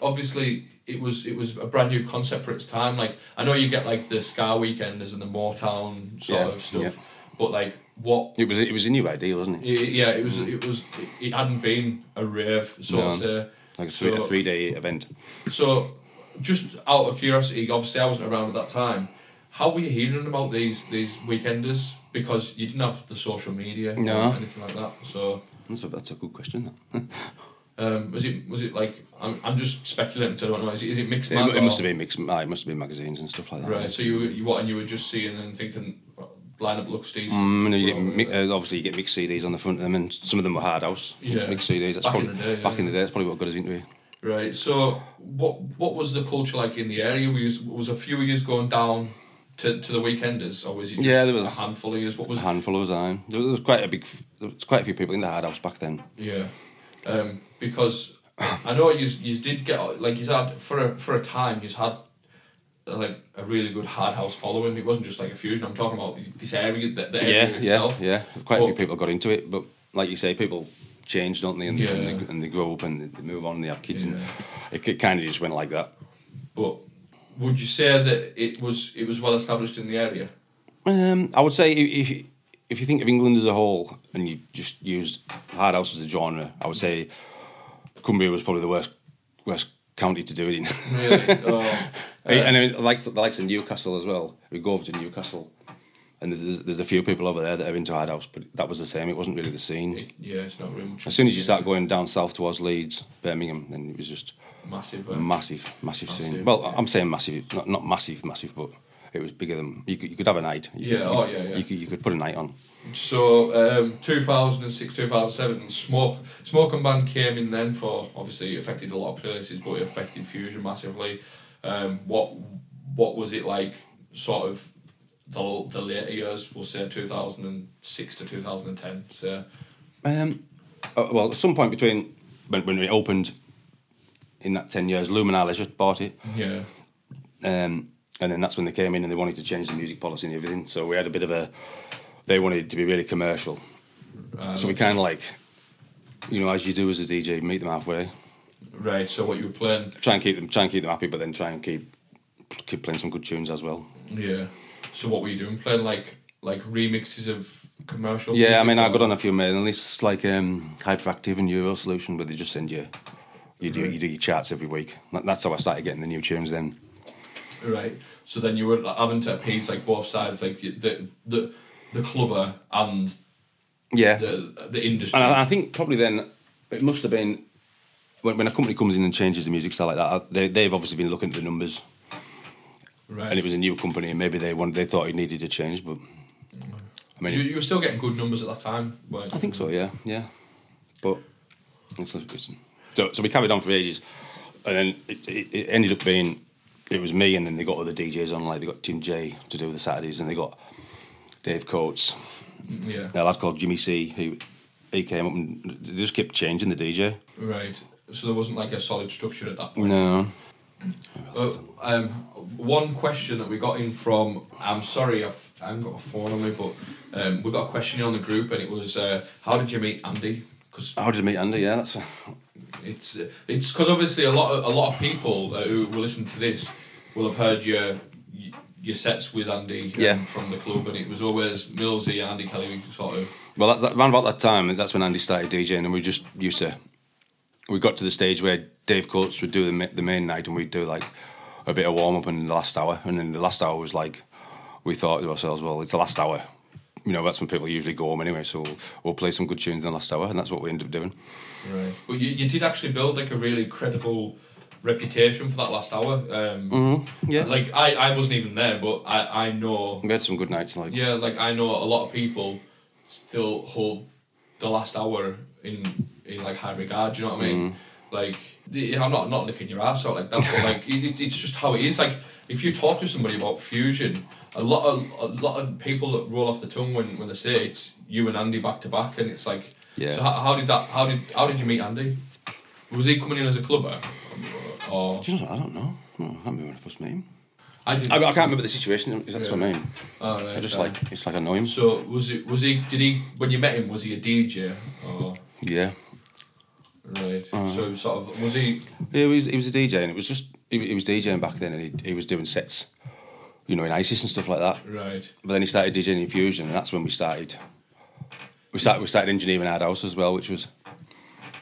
[SPEAKER 1] obviously it was it was a brand new concept for its time. Like I know you get like the Scar Weekenders and the Motown sort
[SPEAKER 4] Yeah,
[SPEAKER 1] of stuff,
[SPEAKER 4] yeah.
[SPEAKER 1] but like what?
[SPEAKER 4] it was it was a new idea, wasn't
[SPEAKER 1] y-
[SPEAKER 4] it?
[SPEAKER 1] Yeah, it was it was it hadn't been a rave sort
[SPEAKER 4] No.
[SPEAKER 1] of.
[SPEAKER 4] Like a three,
[SPEAKER 1] So-
[SPEAKER 4] a three day event.
[SPEAKER 1] So just out of curiosity, obviously I wasn't around at that time. How were you hearing about these these weekenders? Because you didn't have the social media
[SPEAKER 4] No.
[SPEAKER 1] or anything like that. So
[SPEAKER 4] That's a, that's a good question. That.
[SPEAKER 1] um, was it was it like I'm, I'm just speculating. So I don't know. Is it, is it mixed?
[SPEAKER 4] It,
[SPEAKER 1] mag
[SPEAKER 4] mu- it
[SPEAKER 1] or-
[SPEAKER 4] must have been mixed. ah, It must have been magazines and stuff like that.
[SPEAKER 1] right. So you were- you what and you were just seeing and thinking lineup looks decent.
[SPEAKER 4] Mm, you know, you get
[SPEAKER 1] Well,
[SPEAKER 4] mi-
[SPEAKER 1] uh,
[SPEAKER 4] uh, obviously you get mixed CDs on the front of them, and some of them were hard house
[SPEAKER 1] Yeah.
[SPEAKER 4] mixed CDs. That's
[SPEAKER 1] Back in
[SPEAKER 4] probably
[SPEAKER 1] the day, yeah.
[SPEAKER 4] back in the day. That's probably what got us into it.
[SPEAKER 1] Right. So, what what was the culture like in the area? Was was a few years going down to, to the weekenders, or was it? Just
[SPEAKER 4] Yeah, there was
[SPEAKER 1] a
[SPEAKER 4] a-
[SPEAKER 1] handful of years. What
[SPEAKER 4] A
[SPEAKER 1] was?
[SPEAKER 4] handful of us. aye. There was quite a big. f- There was quite a few people in the hard house back then.
[SPEAKER 1] Yeah, um, because I know you you did get like you had for a for a time you had uh, like a really good hard house following. It wasn't just like a fusion. I'm talking about this area, the, the area
[SPEAKER 4] yeah,
[SPEAKER 1] itself.
[SPEAKER 4] yeah, yeah. Quite a few
[SPEAKER 1] But-
[SPEAKER 4] people got into it, but like you say, people change, don't they? And,
[SPEAKER 1] Yeah.
[SPEAKER 4] and, they, and they grow up and they move on and they have kids, and
[SPEAKER 1] Yeah.
[SPEAKER 4] it, it kind of just went like that.
[SPEAKER 1] But would you say that it was it was well established in the area?
[SPEAKER 4] Um, I would say if if- if you think of England as a whole and you just use hard house as a genre, I would say Cumbria was probably the worst worst county to do it in.
[SPEAKER 1] Really? oh,
[SPEAKER 4] and I mean, like the likes of Newcastle as well. We go over to Newcastle, and there's- there's there's a few people over there that are into hard house, but that was the same. It wasn't really the scene.
[SPEAKER 1] it- yeah, it's not really much.
[SPEAKER 4] As soon as you start going down south towards Leeds, Birmingham, then it was just
[SPEAKER 1] massive, uh,
[SPEAKER 4] a massive, massive scene.
[SPEAKER 1] Massive.
[SPEAKER 4] Well, I'm saying massive, not, not massive, massive, but it was bigger than you could. You could have a night. You,
[SPEAKER 1] Yeah,
[SPEAKER 4] You,
[SPEAKER 1] oh, yeah, yeah.
[SPEAKER 4] You could, you could put a night on.
[SPEAKER 1] So um, 2006, 2007, Smoke Smoke and Band came in then for obviously it affected a lot of places, but it affected Fusion massively. Um, what what was it like, sort of the, the later years? We'll say 2006 to 2010. So
[SPEAKER 4] Um, uh, well, at some point between when, when it opened in that 10 years, Luminar Leisure bought it.
[SPEAKER 1] yeah,
[SPEAKER 4] Um, and then that's when they came in and they wanted to change the music policy and everything. So we had a bit of a. They wanted it to be really commercial.
[SPEAKER 1] Uh,
[SPEAKER 4] so we kind of like, you know, as you do as a DJ, meet them halfway.
[SPEAKER 1] right. So what you were playing?
[SPEAKER 4] Try and keep them, try and keep them happy, but then try and keep keep playing some good tunes as well.
[SPEAKER 1] Yeah. So what were you doing? Playing like like remixes of commercial.
[SPEAKER 4] Yeah, I
[SPEAKER 1] music
[SPEAKER 4] mean, I
[SPEAKER 1] or-
[SPEAKER 4] got on a few mailing lists like um, Hyperactive and Euro Solution, but they just send you you do you do your charts every week. That- That's how I started getting the new tunes. Then
[SPEAKER 1] Right. So then you were like, having to appease like both sides, like the the the, the clubber and
[SPEAKER 4] yeah,
[SPEAKER 1] the the industry.
[SPEAKER 4] and I, I think probably then it must have been when, when a company comes in and changes the music style like that. I- They they've obviously been looking at the numbers,
[SPEAKER 1] right.
[SPEAKER 4] and it was a new company, and maybe they wanted they thought it needed a change, but I mean,
[SPEAKER 1] you, you were still getting good numbers at that time. Weren't
[SPEAKER 4] I think so, yeah, yeah. But it's, it's, so, so we carried on for ages, and then it, it, it ended up being it was me, and then they got other DJs on, like they got Tim J to do the Saturdays, and they got Dave Coates,
[SPEAKER 1] you? Mm, Yeah.
[SPEAKER 4] a lad called Jimmy C, who he came up and they just kept changing the DJ.
[SPEAKER 1] Right. So there wasn't like a solid structure at that point.
[SPEAKER 4] No,
[SPEAKER 1] Uh, um, one question that we got in from I'm sorry I've I haven't got a phone on me, but um, we got a question on the group and it was uh, how did you meet Andy? Because
[SPEAKER 4] how did I meet Andy? Yeah, that's
[SPEAKER 1] It's it's because obviously a lot of, a lot of people uh, who will listen to this will have heard your your sets with Andy um,
[SPEAKER 4] Yeah.
[SPEAKER 1] from the club, and it was always Millsy, Andy Kelly, sort of.
[SPEAKER 4] well, that, that, around about that time, that's when Andy started DJing, and we just used to we got to the stage where Dave Coates would do the, ma- the main night and we'd do like a bit of warm up in the last hour. And then the last hour was like, we thought to ourselves, well, it's the last hour. You know, that's when people usually go home anyway. So we'll, we'll play some good tunes in the last hour. And that's what we ended up doing.
[SPEAKER 1] Right. But you, you did actually build like a really credible reputation for that last hour. Um,
[SPEAKER 4] Mm-hmm. yeah.
[SPEAKER 1] Like I, I wasn't even there, but I I know
[SPEAKER 4] We had some good nights. Like,
[SPEAKER 1] yeah like I know a lot of people still hold the last hour in in like high regard. Do you know what I mean?
[SPEAKER 4] Mm.
[SPEAKER 1] Like the- I'm not not licking your ass out like that, but like it, it- it's just how it is. Like if you talk to somebody about fusion, a lot of a lot of people that roll off the tongue when when they say it's you and Andy back to back, and it's like
[SPEAKER 4] Yeah.
[SPEAKER 1] So how, how did that? How did how did you meet Andy? Was he coming in as a clubber? Or
[SPEAKER 4] Do you know what? I don't know. Hmm, I don't remember when I first met him.
[SPEAKER 1] I didn't.
[SPEAKER 4] I, I can't remember the situation. That's what I mean.
[SPEAKER 1] All right,
[SPEAKER 4] I just
[SPEAKER 1] fair.
[SPEAKER 4] like, it's like I know him.
[SPEAKER 1] So was it? Was he? Did he? When you met him, was he a DJ? Or
[SPEAKER 4] Yeah.
[SPEAKER 1] right? So
[SPEAKER 4] Uh-huh.
[SPEAKER 1] it was sort of was he?
[SPEAKER 4] Yeah, he was, he was a DJ, and it was just, he, he was DJing back then, and he, he was doing sets, you know, in ISIS and stuff like that.
[SPEAKER 1] Right.
[SPEAKER 4] But then he started DJing in Fusion, and that's when we started. We started we started engineering our house as well, which was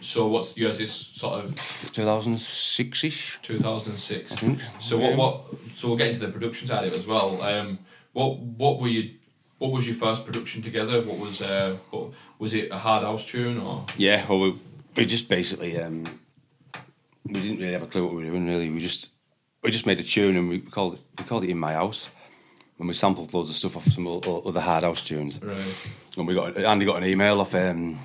[SPEAKER 1] So what's yours? Is sort of
[SPEAKER 4] 2006 ish.
[SPEAKER 1] 2006.
[SPEAKER 4] I think.
[SPEAKER 1] So what? What? So we'll get into the production side of it as well. Um, what? What were you? What was your first production together? What was? Uh, what, was it a hard house tune or?
[SPEAKER 4] Yeah, well, we, we just basically um, we didn't really have a clue what we were doing. Really, we just we just made a tune and we called it we called it in my house, and we sampled loads of stuff off some o- o- other hard house tunes.
[SPEAKER 1] Right.
[SPEAKER 4] And we got Andy got an email off um,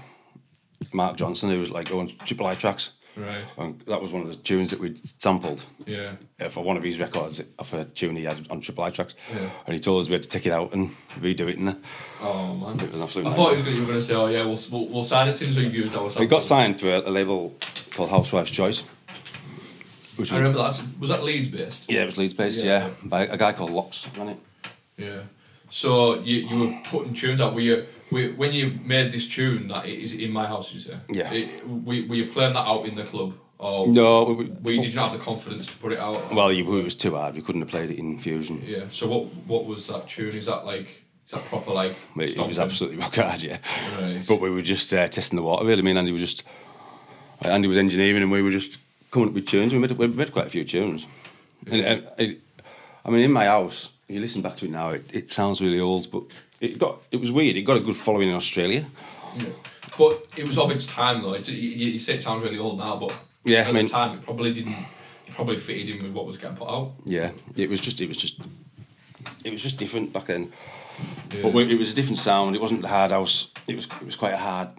[SPEAKER 4] Mark Johnson who was like going triple I tracks,
[SPEAKER 1] Right.
[SPEAKER 4] and that was one of the tunes that we'd sampled
[SPEAKER 1] Yeah.
[SPEAKER 4] uh, for one of his records off a tune he had on triple I tracks,
[SPEAKER 1] Yeah.
[SPEAKER 4] and he told us we had to take it out and redo it. And
[SPEAKER 1] Oh man.
[SPEAKER 4] it was an absolute.
[SPEAKER 1] I
[SPEAKER 4] nightmare.
[SPEAKER 1] thought he was gonna, you were going to say, "Oh yeah, we'll, we'll we'll sign it as soon as we've used our."
[SPEAKER 4] We got signed to a, a label called Housewife's Choice,
[SPEAKER 1] I
[SPEAKER 4] which was,
[SPEAKER 1] remember that. Was that Leeds based?
[SPEAKER 4] yeah, it was Leeds based,
[SPEAKER 1] Yeah.
[SPEAKER 4] yeah, by a guy called Locks, wasn't it?
[SPEAKER 1] Yeah. So you, you were putting tunes out. Were you, were, you- when you made this tune that i- is in my house? You say.
[SPEAKER 4] Yeah.
[SPEAKER 1] It, were, were you playing that out in the club or?
[SPEAKER 4] No, we, we-
[SPEAKER 1] Were you, did you not have the confidence to put it out?
[SPEAKER 4] well, you, it was too hard. We couldn't have played it in Fusion.
[SPEAKER 1] Yeah. So what what was that tune? Is that like is that proper like?
[SPEAKER 4] It, it was
[SPEAKER 1] stomping?
[SPEAKER 4] absolutely rock hard, yeah.
[SPEAKER 1] Right.
[SPEAKER 4] But we were just uh, testing the water, really. Me and Andy were just uh, Andy was engineering, and we were just coming up with tunes. We made, we made quite a few tunes, and, and it, I mean, in my house, if you listen back to it now, it, it sounds really old, but it got it was weird. It got a good following in Australia.
[SPEAKER 1] But it was of its time though. It, you, you say it sounds really old now, but
[SPEAKER 4] Yeah,
[SPEAKER 1] at
[SPEAKER 4] I mean-
[SPEAKER 1] the time it probably didn't. It probably fitted in with what was getting put out.
[SPEAKER 4] Yeah, it was just it was just it was just different back then.
[SPEAKER 1] Yeah.
[SPEAKER 4] But we, it was a different sound. It wasn't the hard house. It was it was quite a hard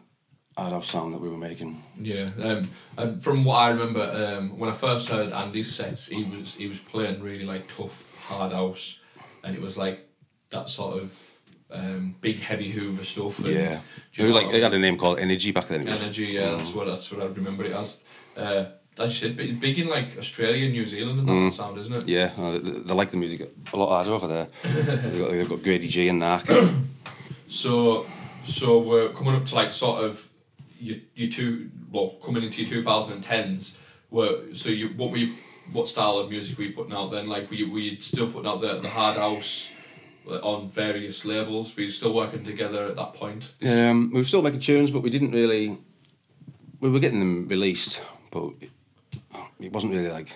[SPEAKER 4] hard house sound that we were making.
[SPEAKER 1] Yeah, um, and from what I remember, um, when I first heard Andy's sets, he was he was playing really like tough hard house, and it was like that sort of um, big heavy Hoover stuff. And,
[SPEAKER 4] Yeah,
[SPEAKER 1] do you
[SPEAKER 4] it was
[SPEAKER 1] know
[SPEAKER 4] like it had Mm. a name called Energy back then. It was,
[SPEAKER 1] energy. Yeah, that's what that's what I remember it as. Uh, that's it. But big in like Australia, New Zealand, and that
[SPEAKER 4] Mm.
[SPEAKER 1] sound, isn't it?
[SPEAKER 4] yeah, no, they, they like the music a lot harder over there. they've, got, they've got Grady G and Narc.
[SPEAKER 1] So, so we're coming up to like sort of your your two well coming into your two thousand and tens. Were so you what were you, what style of music were you putting out then? Like were you, were you still putting out the the hard house uh, on various labels? Were you still working together at that point?
[SPEAKER 4] um, we were still making tunes, but we didn't really. We were getting them released, but it, it wasn't really like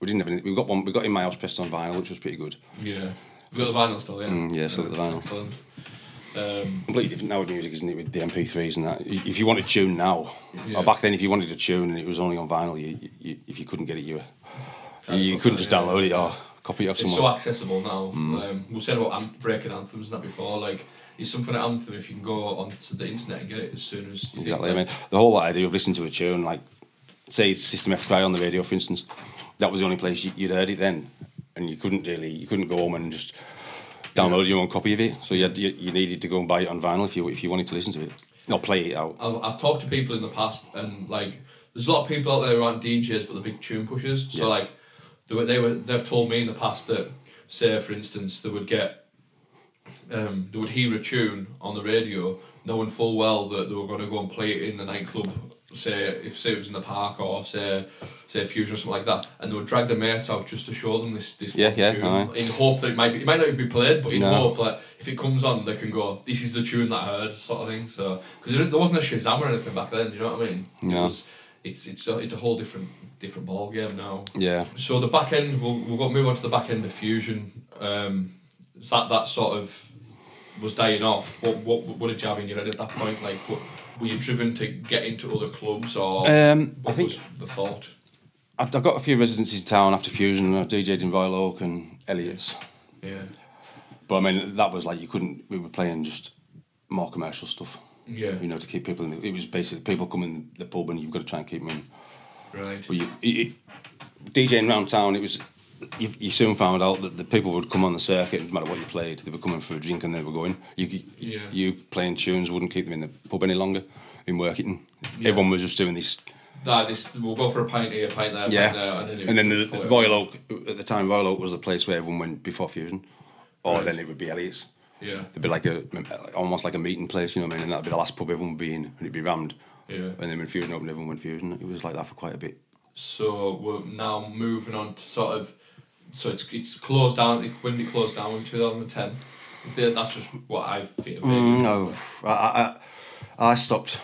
[SPEAKER 4] we didn't have any. We got one. We got in my house pressed on vinyl, which was pretty good.
[SPEAKER 1] Yeah, we got the vinyl still. Yeah,
[SPEAKER 4] Mm, yeah, still got the vinyl.
[SPEAKER 1] Excellent. Um,
[SPEAKER 4] completely different now with music, isn't it? With the MP3s and that. If you want a tune now,
[SPEAKER 1] Yeah.
[SPEAKER 4] or back then, if you wanted a tune and it was only on vinyl, you, you if you couldn't get it, you were,
[SPEAKER 1] Can't
[SPEAKER 4] you
[SPEAKER 1] look
[SPEAKER 4] couldn't
[SPEAKER 1] at
[SPEAKER 4] just
[SPEAKER 1] it, yeah.
[SPEAKER 4] download it or copy it off
[SPEAKER 1] it's so
[SPEAKER 4] someone.
[SPEAKER 1] accessible now.
[SPEAKER 4] Mm.
[SPEAKER 1] Um, we said about anth- breaking anthems and that before. Like, it's something at Anthem if you can go onto the internet and get it as soon as you think
[SPEAKER 4] exactly. I
[SPEAKER 1] that-
[SPEAKER 4] mean, the whole idea of listening to a tune, like say System F3 on the radio, for instance, that was the only place you, you'd heard it then, and you couldn't really, you couldn't go home and just download your own copy of it. So you, had, you you needed to go and buy it on vinyl if you if you wanted to listen to it or play it out.
[SPEAKER 1] I've, I've talked to people in the past and like there's a lot of people out there who aren't DJs but they're big tune pushers so
[SPEAKER 4] Yeah.
[SPEAKER 1] like they were, they were they've told me in the past that say for instance they would get um, they would hear a tune on the radio knowing full well that they were going to go and play it in the nightclub say if say it was in the park or say say fusion or something like that and they would drag their mates out just to show them this this
[SPEAKER 4] Yeah, yeah,
[SPEAKER 1] tune
[SPEAKER 4] aye.
[SPEAKER 1] in hope that it might be it might not even be played but in
[SPEAKER 4] No.
[SPEAKER 1] hope like if it comes on they can go this is the tune that I heard sort of thing so because there, there wasn't a Shazam or anything back then do you know what I mean it
[SPEAKER 4] Yeah.
[SPEAKER 1] was, it's it's a, it's a whole different different ball game now
[SPEAKER 4] Yeah.
[SPEAKER 1] so the back end we'll, we'll go move on to the back end of fusion um that that sort of was dying off what what, what did you have in your head at that point like what, were you driven to get into other clubs or
[SPEAKER 4] Um, I
[SPEAKER 1] what
[SPEAKER 4] think
[SPEAKER 1] was the thought
[SPEAKER 4] I, I got a few residencies in town after Fusion. uh, I DJ'd in Royal Oak and Elliot's.
[SPEAKER 1] yeah
[SPEAKER 4] But I mean, that was like you couldn't. We were playing just more commercial stuff.
[SPEAKER 1] Yeah.
[SPEAKER 4] You know, to keep people in. The, it was basically people come in the pub and you've got to try and keep them in.
[SPEAKER 1] right
[SPEAKER 4] But you, it, it, DJing round town, it was. You, you soon found out that the people would come on the circuit, no matter what you played, they were coming for a drink and they were going. You, you,
[SPEAKER 1] Yeah.
[SPEAKER 4] you playing tunes wouldn't keep them in the pub any longer. In working, everyone was just doing this
[SPEAKER 1] nah, this we'll go for a pint here a pint there a
[SPEAKER 4] Yeah,
[SPEAKER 1] pint there, and then, it
[SPEAKER 4] and then
[SPEAKER 1] was
[SPEAKER 4] the,
[SPEAKER 1] full.
[SPEAKER 4] Royal Oak at the time, Royal Oak was the place where everyone went before Fusion, or then it would be Elliot's.
[SPEAKER 1] yeah
[SPEAKER 4] It'd be like a almost like a meeting place, you know what I mean? And that'd be the last pub everyone would be in, and it'd be rammed.
[SPEAKER 1] Yeah.
[SPEAKER 4] And then when Fusion opened, everyone went Fusion. It was like that for quite a bit.
[SPEAKER 1] So we're now moving on to sort of. So it's it's closed down. It, when did it close down? In two thousand and ten. That's just what I feel.
[SPEAKER 4] Mm, Mm-hmm. No, I, I, I stopped.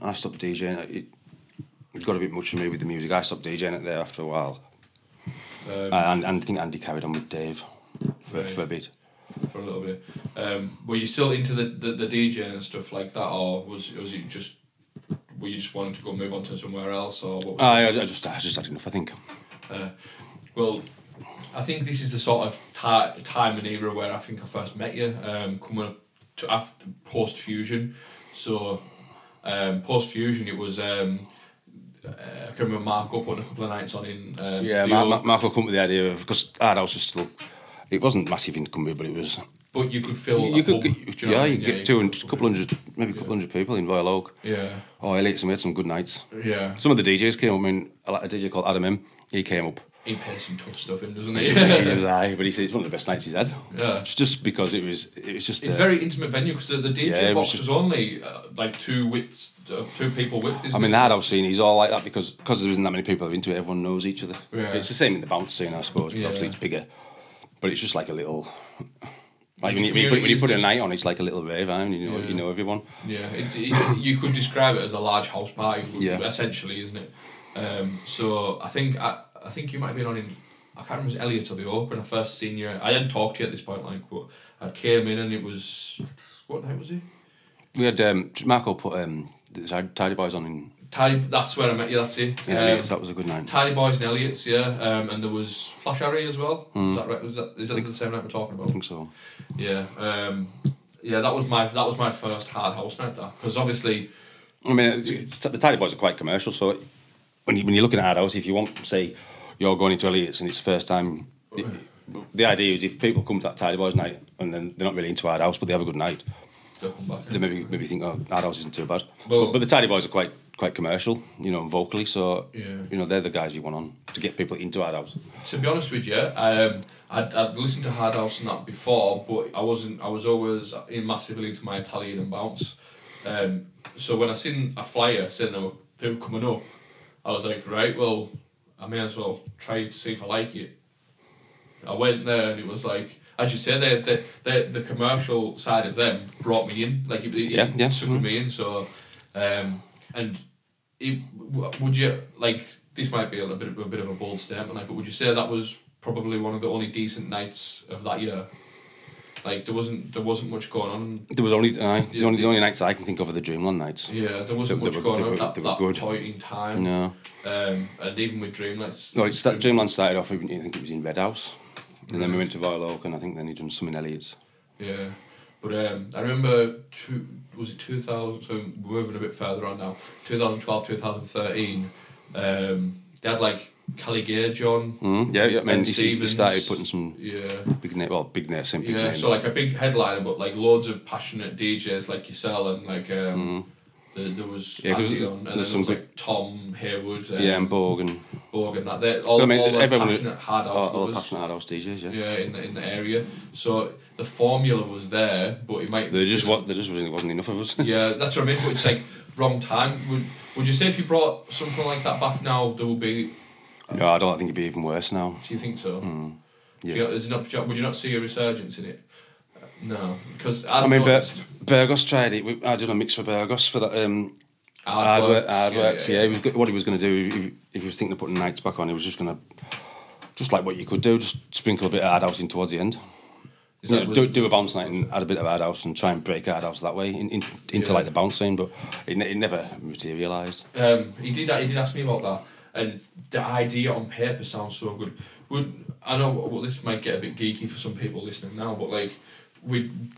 [SPEAKER 4] I stopped DJing. It, It got a bit much for me with the music. I stopped DJing it there after a while.
[SPEAKER 1] Um,
[SPEAKER 4] And, and I think Andy carried on with Dave for,
[SPEAKER 1] Right.
[SPEAKER 4] for a bit.
[SPEAKER 1] for a little bit. Um, were you still into the, the, the DJ and stuff like that, or was was it just were you just wanting to go move on to somewhere else, or what?
[SPEAKER 4] I, I I just I just had enough, I think.
[SPEAKER 1] Well, I think this is the sort of ti time and era where I think I first met you, um, coming up to after post fusion. So, um, post fusion, it was um, uh, I can remember Marco putting a couple of nights on in uh,
[SPEAKER 4] Yeah,
[SPEAKER 1] the
[SPEAKER 4] Ma-
[SPEAKER 1] old-
[SPEAKER 4] Ma- Mark will come with the idea of because our house was still. It wasn't massive in Cumbria, but it was.
[SPEAKER 1] but you could fill
[SPEAKER 4] You
[SPEAKER 1] a
[SPEAKER 4] could,
[SPEAKER 1] pub, do
[SPEAKER 4] get,
[SPEAKER 1] know
[SPEAKER 4] yeah,
[SPEAKER 1] what I
[SPEAKER 4] you
[SPEAKER 1] mean?
[SPEAKER 4] could get two and a couple hundred, maybe a couple hundred people in Royal Oak.
[SPEAKER 1] yeah,
[SPEAKER 4] Oh, Elliot's made some good nights.
[SPEAKER 1] yeah.
[SPEAKER 4] Some of the DJs came up. I mean, a a DJ called Adam M. He came up.
[SPEAKER 1] He pays some tough stuff in, doesn't
[SPEAKER 4] he
[SPEAKER 1] he?
[SPEAKER 4] was aye, but he said it's one of the best nights he's had.
[SPEAKER 1] Yeah.
[SPEAKER 4] It's just because it was. It was just.
[SPEAKER 1] It's
[SPEAKER 4] uh,
[SPEAKER 1] very intimate venue because the, the DJ
[SPEAKER 4] Yeah, it was
[SPEAKER 1] box was
[SPEAKER 4] just-
[SPEAKER 1] only uh, like two widths, uh, two people width. Isn't
[SPEAKER 4] I mean,
[SPEAKER 1] it?
[SPEAKER 4] the hard I've seen he's all like that because because there isn't that many people into it. Everyone knows each other.
[SPEAKER 1] Yeah.
[SPEAKER 4] It's the same in the bounce scene, I suppose. But
[SPEAKER 1] Yeah.
[SPEAKER 4] Obviously, it's bigger, but it's just like a little. Like
[SPEAKER 1] It's
[SPEAKER 4] when you, when you put, when you put a
[SPEAKER 1] community,
[SPEAKER 4] night on, it's like a little rave, and you know
[SPEAKER 1] Yeah.
[SPEAKER 4] you know everyone.
[SPEAKER 1] yeah, it, it, you could describe it as a large house party, w-
[SPEAKER 4] Yeah.
[SPEAKER 1] essentially, isn't it? Um, so I think I, I think you might have been on in I can't remember it was Elliot or the Oak when I first seen you. I hadn't talked to you at this point, like, but I came in and it was what night was it?
[SPEAKER 4] We had um, Marco put um, the Tide- Tidy Boys on in.
[SPEAKER 1] Tiny, that's where I met you. That's it.
[SPEAKER 4] in
[SPEAKER 1] Um,
[SPEAKER 4] Elliot's. that was a good night.
[SPEAKER 1] Tiny Boys and Elliot's, yeah, um, and there was Flash Harry as well.
[SPEAKER 4] Mm.
[SPEAKER 1] Is that right? Was that, is that the same night we're talking about?
[SPEAKER 4] I think so.
[SPEAKER 1] Yeah, um, yeah, that was my that was my first hard house night. That because obviously,
[SPEAKER 4] I mean, it's- the Tidy Boys are quite commercial, so when, you, when you're looking at adults, if you want, say, you're going into Elliot's and it's the first time, the, the idea is if people come to that Tidy Boys night and then they're not really into our house, but they have a good night,
[SPEAKER 1] they'll come back.
[SPEAKER 4] they maybe maybe think, oh, our house isn't too bad.
[SPEAKER 1] Well-
[SPEAKER 4] but, but the Tidy Boys are quite quite commercial, you know, and vocally, so
[SPEAKER 1] Yeah.
[SPEAKER 4] you know they're the guys you want on to get people into our house.
[SPEAKER 1] To be honest with you, um, I'd, I'd listened to hard house and that before, but I wasn't. I was always massively into my Italian and bounce. Um, so when I seen a flyer saying they were, they were coming up, I was like, right, well, I may as well try to see if I like it. I went there and it was like, as you said, the the the, the commercial side of them brought me in, like it, it,
[SPEAKER 4] Yeah,
[SPEAKER 1] it
[SPEAKER 4] yeah. mm-hmm.
[SPEAKER 1] suckered me in. So, um, and it, w- would you like this might be a little bit of, a bit of a bold statement, like, but would you say that was probably one of the only decent nights of that year? Like there wasn't there wasn't much going on.
[SPEAKER 4] There was only, uh, the
[SPEAKER 1] Yeah,
[SPEAKER 4] only the
[SPEAKER 1] the-
[SPEAKER 4] only nights I can think of are the Dreamland nights.
[SPEAKER 1] Yeah, there wasn't
[SPEAKER 4] They-
[SPEAKER 1] much
[SPEAKER 4] they were-
[SPEAKER 1] going
[SPEAKER 4] they
[SPEAKER 1] on
[SPEAKER 4] were-
[SPEAKER 1] at that,
[SPEAKER 4] they were
[SPEAKER 1] that
[SPEAKER 4] good.
[SPEAKER 1] point in time.
[SPEAKER 4] No,
[SPEAKER 1] Um, and even with Dreamlights.
[SPEAKER 4] no, it's that Dreamland started off. I think it was in Red House, and then we went to Royal Oak, and I think then he done some in Elliot's.
[SPEAKER 1] Yeah, but um, I remember two was it two thousand? So we're moving a bit further on now. 2012, 2013. Um, they had like Cali Gage on.
[SPEAKER 4] Mm, yeah, yeah. I mean,
[SPEAKER 1] Ben
[SPEAKER 4] he- he, he
[SPEAKER 1] Stevens.
[SPEAKER 4] started putting some
[SPEAKER 1] Yeah,
[SPEAKER 4] big name, well, big name, some big
[SPEAKER 1] yeah.
[SPEAKER 4] names.
[SPEAKER 1] So like a big headliner, but like loads of passionate DJs like yourself and like um, the, there was
[SPEAKER 4] Mm. Yeah, 'cause
[SPEAKER 1] Andy on, and then
[SPEAKER 4] there's
[SPEAKER 1] there
[SPEAKER 4] some
[SPEAKER 1] was
[SPEAKER 4] good-
[SPEAKER 1] like Tom Haywood, um,
[SPEAKER 4] yeah, and Borg
[SPEAKER 1] Borg, and that. They all,
[SPEAKER 4] I mean,
[SPEAKER 1] all like,
[SPEAKER 4] everyone-
[SPEAKER 1] passionate hard
[SPEAKER 4] all,
[SPEAKER 1] house
[SPEAKER 4] all the
[SPEAKER 1] lovers.
[SPEAKER 4] passionate house DJs. Yeah,
[SPEAKER 1] Yeah, in the, in the area. So the formula was there, but it might
[SPEAKER 4] there just what there just wasn't, wasn't enough of us.
[SPEAKER 1] Yeah, that's what I mean. But it's like wrong time. Would Would you say if you brought something like that back now, there will be?
[SPEAKER 4] no, I don't think it'd be even worse now.
[SPEAKER 1] Do you think so?
[SPEAKER 4] Hmm. yeah.
[SPEAKER 1] Do you, is it not, would you not see a resurgence in it? Uh, No, because
[SPEAKER 4] I mean, Ber- Burgos tried it. We, I did a mix for Burgos for that. Um, hard work, hard works. Yeah, he was go- what he was going to do. He, if he was thinking of putting nights back on, he was just going to, just like what you could do, just sprinkle a bit of hard house in towards the end.
[SPEAKER 1] Is that
[SPEAKER 4] Yeah,
[SPEAKER 1] what-
[SPEAKER 4] do, do a bounce night and add a bit of hard house and try and break hard house that way in, in, into
[SPEAKER 1] Yeah.
[SPEAKER 4] like the bounce scene, but it, ne- it never materialised.
[SPEAKER 1] um, he did. He did ask me about that, and the idea on paper sounds so good. Would I know? Well, this might get a bit geeky for some people listening now, but like with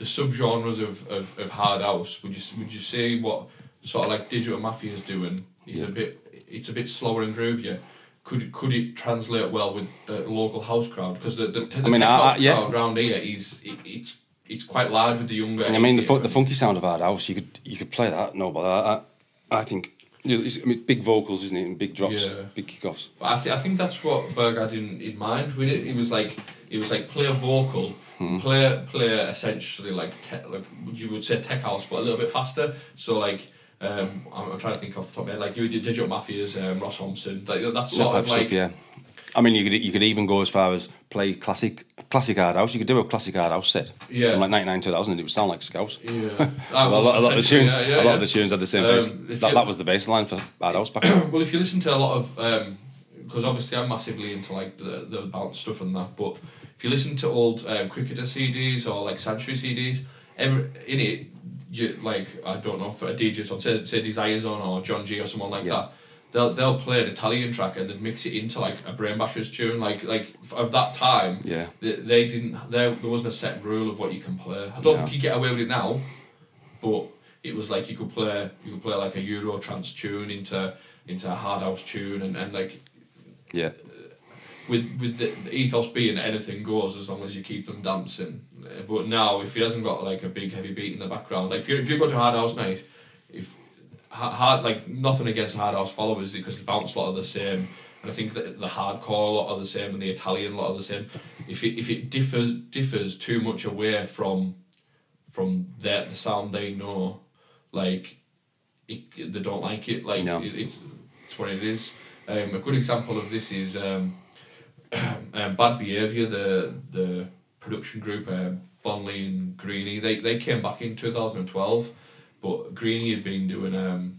[SPEAKER 1] the subgenres of, of, of hard house, would you would you say what sort of like digital mafia is doing? Is a bit. It's a bit slower and groovier. Could could it translate well with the local house crowd? Because the the, the
[SPEAKER 4] I mean,
[SPEAKER 1] tech
[SPEAKER 4] I- I-
[SPEAKER 1] house
[SPEAKER 4] yeah.
[SPEAKER 1] crowd round here is it, it's it's quite large with the younger.
[SPEAKER 4] I mean, the,
[SPEAKER 1] age
[SPEAKER 4] fu-
[SPEAKER 1] here.
[SPEAKER 4] the funky sound of hard house, you could you could play that. No, but I, I, I think you know, it's, I mean, big vocals, isn't it, and big drops,
[SPEAKER 1] Yeah.
[SPEAKER 4] big kickoffs.
[SPEAKER 1] But I, th- I think that's what Berg had in, in mind with it. It was like it was like play a vocal,
[SPEAKER 4] Hmm.
[SPEAKER 1] play play essentially like te- like you would say tech house, but a little bit faster. So like um, I'm, I'm trying to think off the top of my head. Like you did Digital Mafia's um, Ross Thompson, like that
[SPEAKER 4] That
[SPEAKER 1] sort
[SPEAKER 4] type
[SPEAKER 1] of like
[SPEAKER 4] stuff, yeah. I mean, you could you could even go as far as play classic classic hard house. You could do a classic hard house set
[SPEAKER 1] Yeah.
[SPEAKER 4] from like 99 2000 and it would sound like Scouse.
[SPEAKER 1] Yeah.
[SPEAKER 4] a, lot, a lot of the tunes,
[SPEAKER 1] Yeah, yeah,
[SPEAKER 4] a lot
[SPEAKER 1] yeah.
[SPEAKER 4] of the tunes had the same
[SPEAKER 1] Um,
[SPEAKER 4] bass.
[SPEAKER 1] if
[SPEAKER 4] That,
[SPEAKER 1] you-
[SPEAKER 4] that was the baseline for hard house back then.
[SPEAKER 1] Well, if you listen to a lot of, because obviously I'm massively into like the, the bounce stuff and that, but if you listen to old um, cricketer CDs or like Sanctuary CDs, every in it, you like I don't know for a DJ on say, say Desires on or John G or someone like
[SPEAKER 4] Yeah.
[SPEAKER 1] that. They'll, they'll play an Italian track and then mix it into like a Brain Bashers tune like like f- of that time
[SPEAKER 4] Yeah.
[SPEAKER 1] they, they didn't there, there wasn't a set rule of what you can play I don't
[SPEAKER 4] No.
[SPEAKER 1] think you get away with it now but it was like you could play you could play like a Euro trance tune into into a hard house tune and, and like
[SPEAKER 4] Yeah.
[SPEAKER 1] with with the, the ethos being anything goes as long as you keep them dancing. Uh, But now if he hasn't got like a big heavy beat in the background, like if you if you go to hard house night, if ha- hard like nothing against hard house followers because the bounce lot are the same. And I think that the hardcore lot are the same and the Italian lot are the same. If it if it differs differs too much away from from their the sound they know, like it, they don't like it. Like
[SPEAKER 4] No.
[SPEAKER 1] it, it's it's what it is. Um, a good example of this is um, um, Bad Behaviour, the the production group, um, Bonley and Greeny. They they came back in two thousand and twelve, but Greeny had been doing. Um,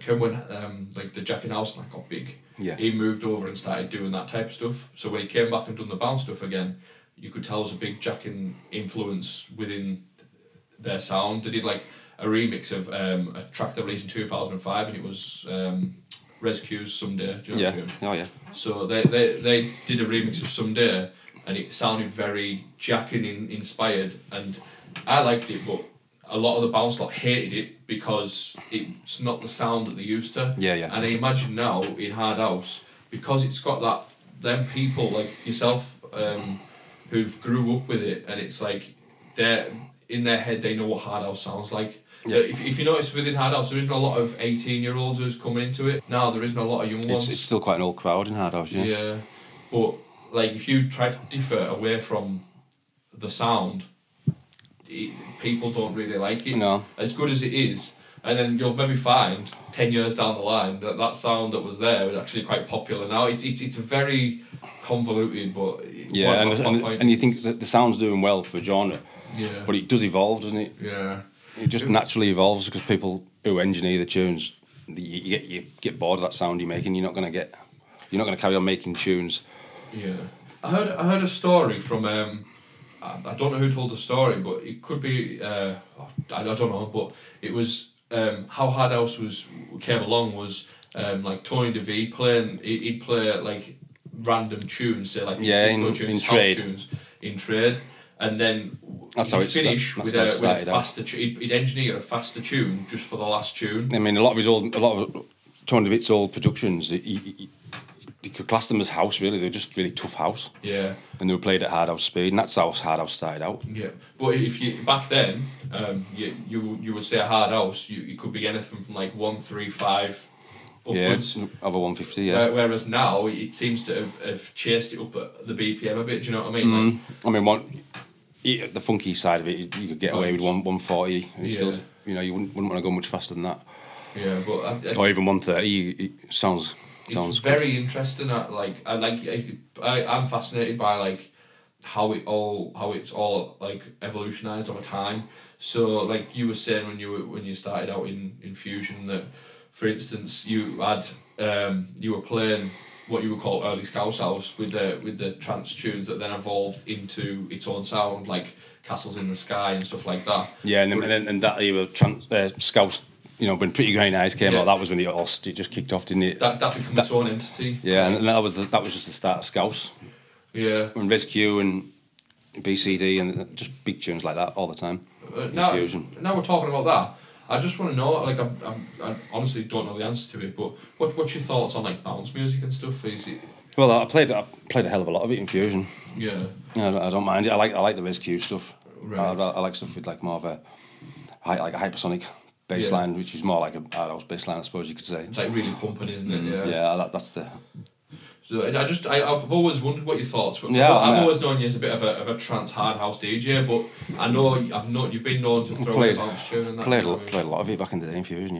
[SPEAKER 1] can when um, like the Jack and House like got big,
[SPEAKER 4] Yeah.
[SPEAKER 1] he moved over and started doing that type of stuff. So when he came back and done the bounce stuff again, you could tell there's a big Jack and influence within their sound. They did like a remix of um, a track they released in two thousand and five, and it was um, Rescues Someday. Do you know that
[SPEAKER 4] Yeah.
[SPEAKER 1] tune?
[SPEAKER 4] Oh, yeah.
[SPEAKER 1] So they, they, they did a remix of Someday and it sounded very Jackin in, inspired and I liked it but a lot of the bounce lot hated it because it's not the sound that they used to.
[SPEAKER 4] Yeah, yeah.
[SPEAKER 1] And I imagine now in Hard House, because it's got that them people like yourself, um, who've grew up with it and it's like they're in their head they know what hard house sounds like.
[SPEAKER 4] Yeah.
[SPEAKER 1] If, if you notice within hard house there isn't a lot of eighteen year olds who's coming into it. Now there isn't a lot of young ones.
[SPEAKER 4] It's, it's still quite an old crowd in hard house, yeah.
[SPEAKER 1] Yeah. But like if you try to differ away from the sound, it, people don't really like it.
[SPEAKER 4] No.
[SPEAKER 1] As good as it is. And then you'll maybe find ten years down the line that that sound that was there was actually quite popular. Now it's it's, it's very convoluted, but it-
[SPEAKER 4] Yeah,
[SPEAKER 1] what-
[SPEAKER 4] and,
[SPEAKER 1] what-
[SPEAKER 4] the-
[SPEAKER 1] what
[SPEAKER 4] and,
[SPEAKER 1] point
[SPEAKER 4] and you
[SPEAKER 1] is-
[SPEAKER 4] think that the sound's doing well for a genre,
[SPEAKER 1] yeah,
[SPEAKER 4] but it does evolve, doesn't it?
[SPEAKER 1] yeah,
[SPEAKER 4] It just naturally evolves because people who engineer the tunes, you, you, get, you get bored of that sound you're making. You're not going to get, you're not going to carry on making tunes.
[SPEAKER 1] yeah. I heard I heard a story from um, I, I don't know who told the story, but it could be uh, I, I don't know, but it was um, how Hard House was came along was um, like Tony DeVee playing he- he'd play like random tunes, say like his
[SPEAKER 4] Yeah,
[SPEAKER 1] disco
[SPEAKER 4] in-
[SPEAKER 1] tunes,
[SPEAKER 4] in
[SPEAKER 1] house
[SPEAKER 4] trade.
[SPEAKER 1] tunes in trade, and then
[SPEAKER 4] That's
[SPEAKER 1] he'd
[SPEAKER 4] how it sta-
[SPEAKER 1] finish
[SPEAKER 4] that's
[SPEAKER 1] with,
[SPEAKER 4] how
[SPEAKER 1] a,
[SPEAKER 4] it
[SPEAKER 1] with a
[SPEAKER 4] started out.
[SPEAKER 1] faster tu- he'd, he'd engineer a faster tune just for the last tune.
[SPEAKER 4] I mean, a lot of his old, a lot of Tony of its old productions, he, he, he- you could class them as house. Really, they were just really tough house,
[SPEAKER 1] Yeah.
[SPEAKER 4] and they were played at hard house speed, and that's how hard house started out.
[SPEAKER 1] Yeah, but if you back then, um, you you you would say a hard house. You it could be anything from like one three five
[SPEAKER 4] Yeah,
[SPEAKER 1] upwards.
[SPEAKER 4] over one fifty. Yeah,
[SPEAKER 1] Where- Whereas now it seems to have, have chased it up at the BPM a bit. Do you know what I mean? Like,
[SPEAKER 4] Um, I mean, one yeah, the funky side of it, you, you could get away with one one forty. You
[SPEAKER 1] Yeah.
[SPEAKER 4] still, you know, you wouldn't, wouldn't want to go much faster than that,
[SPEAKER 1] yeah, but I, I,
[SPEAKER 4] or even one thirty. It sounds
[SPEAKER 1] it's
[SPEAKER 4] sounds
[SPEAKER 1] very interesting. I, like I like I, I I'm fascinated by like how it all how it's all like evolutionized over time. So like you were saying when you were when you started out in in fusion that, for instance, you had um you were playing what you would call early Scouse House with the with the trance tunes that then evolved into its own sound like Castles in the Sky and stuff like that.
[SPEAKER 4] Yeah, and then, and, then, and that era of trans, uh, Scouse, you know, when Pretty Green Eyes came
[SPEAKER 1] Yeah.
[SPEAKER 4] out, that was when it all st- it just kicked off, didn't it?
[SPEAKER 1] That that became its own entity.
[SPEAKER 4] yeah, and that was the, that was just the start of Scouse
[SPEAKER 1] Yeah.
[SPEAKER 4] and Rescue and BCD and just big tunes like that all the time.
[SPEAKER 1] Uh, now,
[SPEAKER 4] Infusion.
[SPEAKER 1] now we're talking about that. I just want to know, like, I'm, I'm, I honestly don't know the answer to it, but what, what's your thoughts on like bounce music and stuff? Is it,
[SPEAKER 4] Well, I played I played a hell of a lot of it in Fusion.
[SPEAKER 1] yeah,
[SPEAKER 4] Yeah, I don't, I don't mind it. I like I like the Rescue stuff.
[SPEAKER 1] Right.
[SPEAKER 4] I, I like stuff with like more of a hy- like a hypersonic bass
[SPEAKER 1] Yeah.
[SPEAKER 4] line, which is more like a hard house bass line, I suppose you could say.
[SPEAKER 1] it's like really pumping, isn't it? Yeah.
[SPEAKER 4] Mm, Yeah, that, that's the
[SPEAKER 1] So I I just, I, I've always wondered what your thoughts were.
[SPEAKER 4] Yeah,
[SPEAKER 1] I've
[SPEAKER 4] I'm, uh,
[SPEAKER 1] always known you as a bit of a, of a trance hard house DJ, but I know I've known you've been known to throw in a
[SPEAKER 4] played
[SPEAKER 1] bounce tune and that.
[SPEAKER 4] played a,
[SPEAKER 1] you know
[SPEAKER 4] lo-
[SPEAKER 1] what I mean?
[SPEAKER 4] played a lot of it back in the day in Fusion.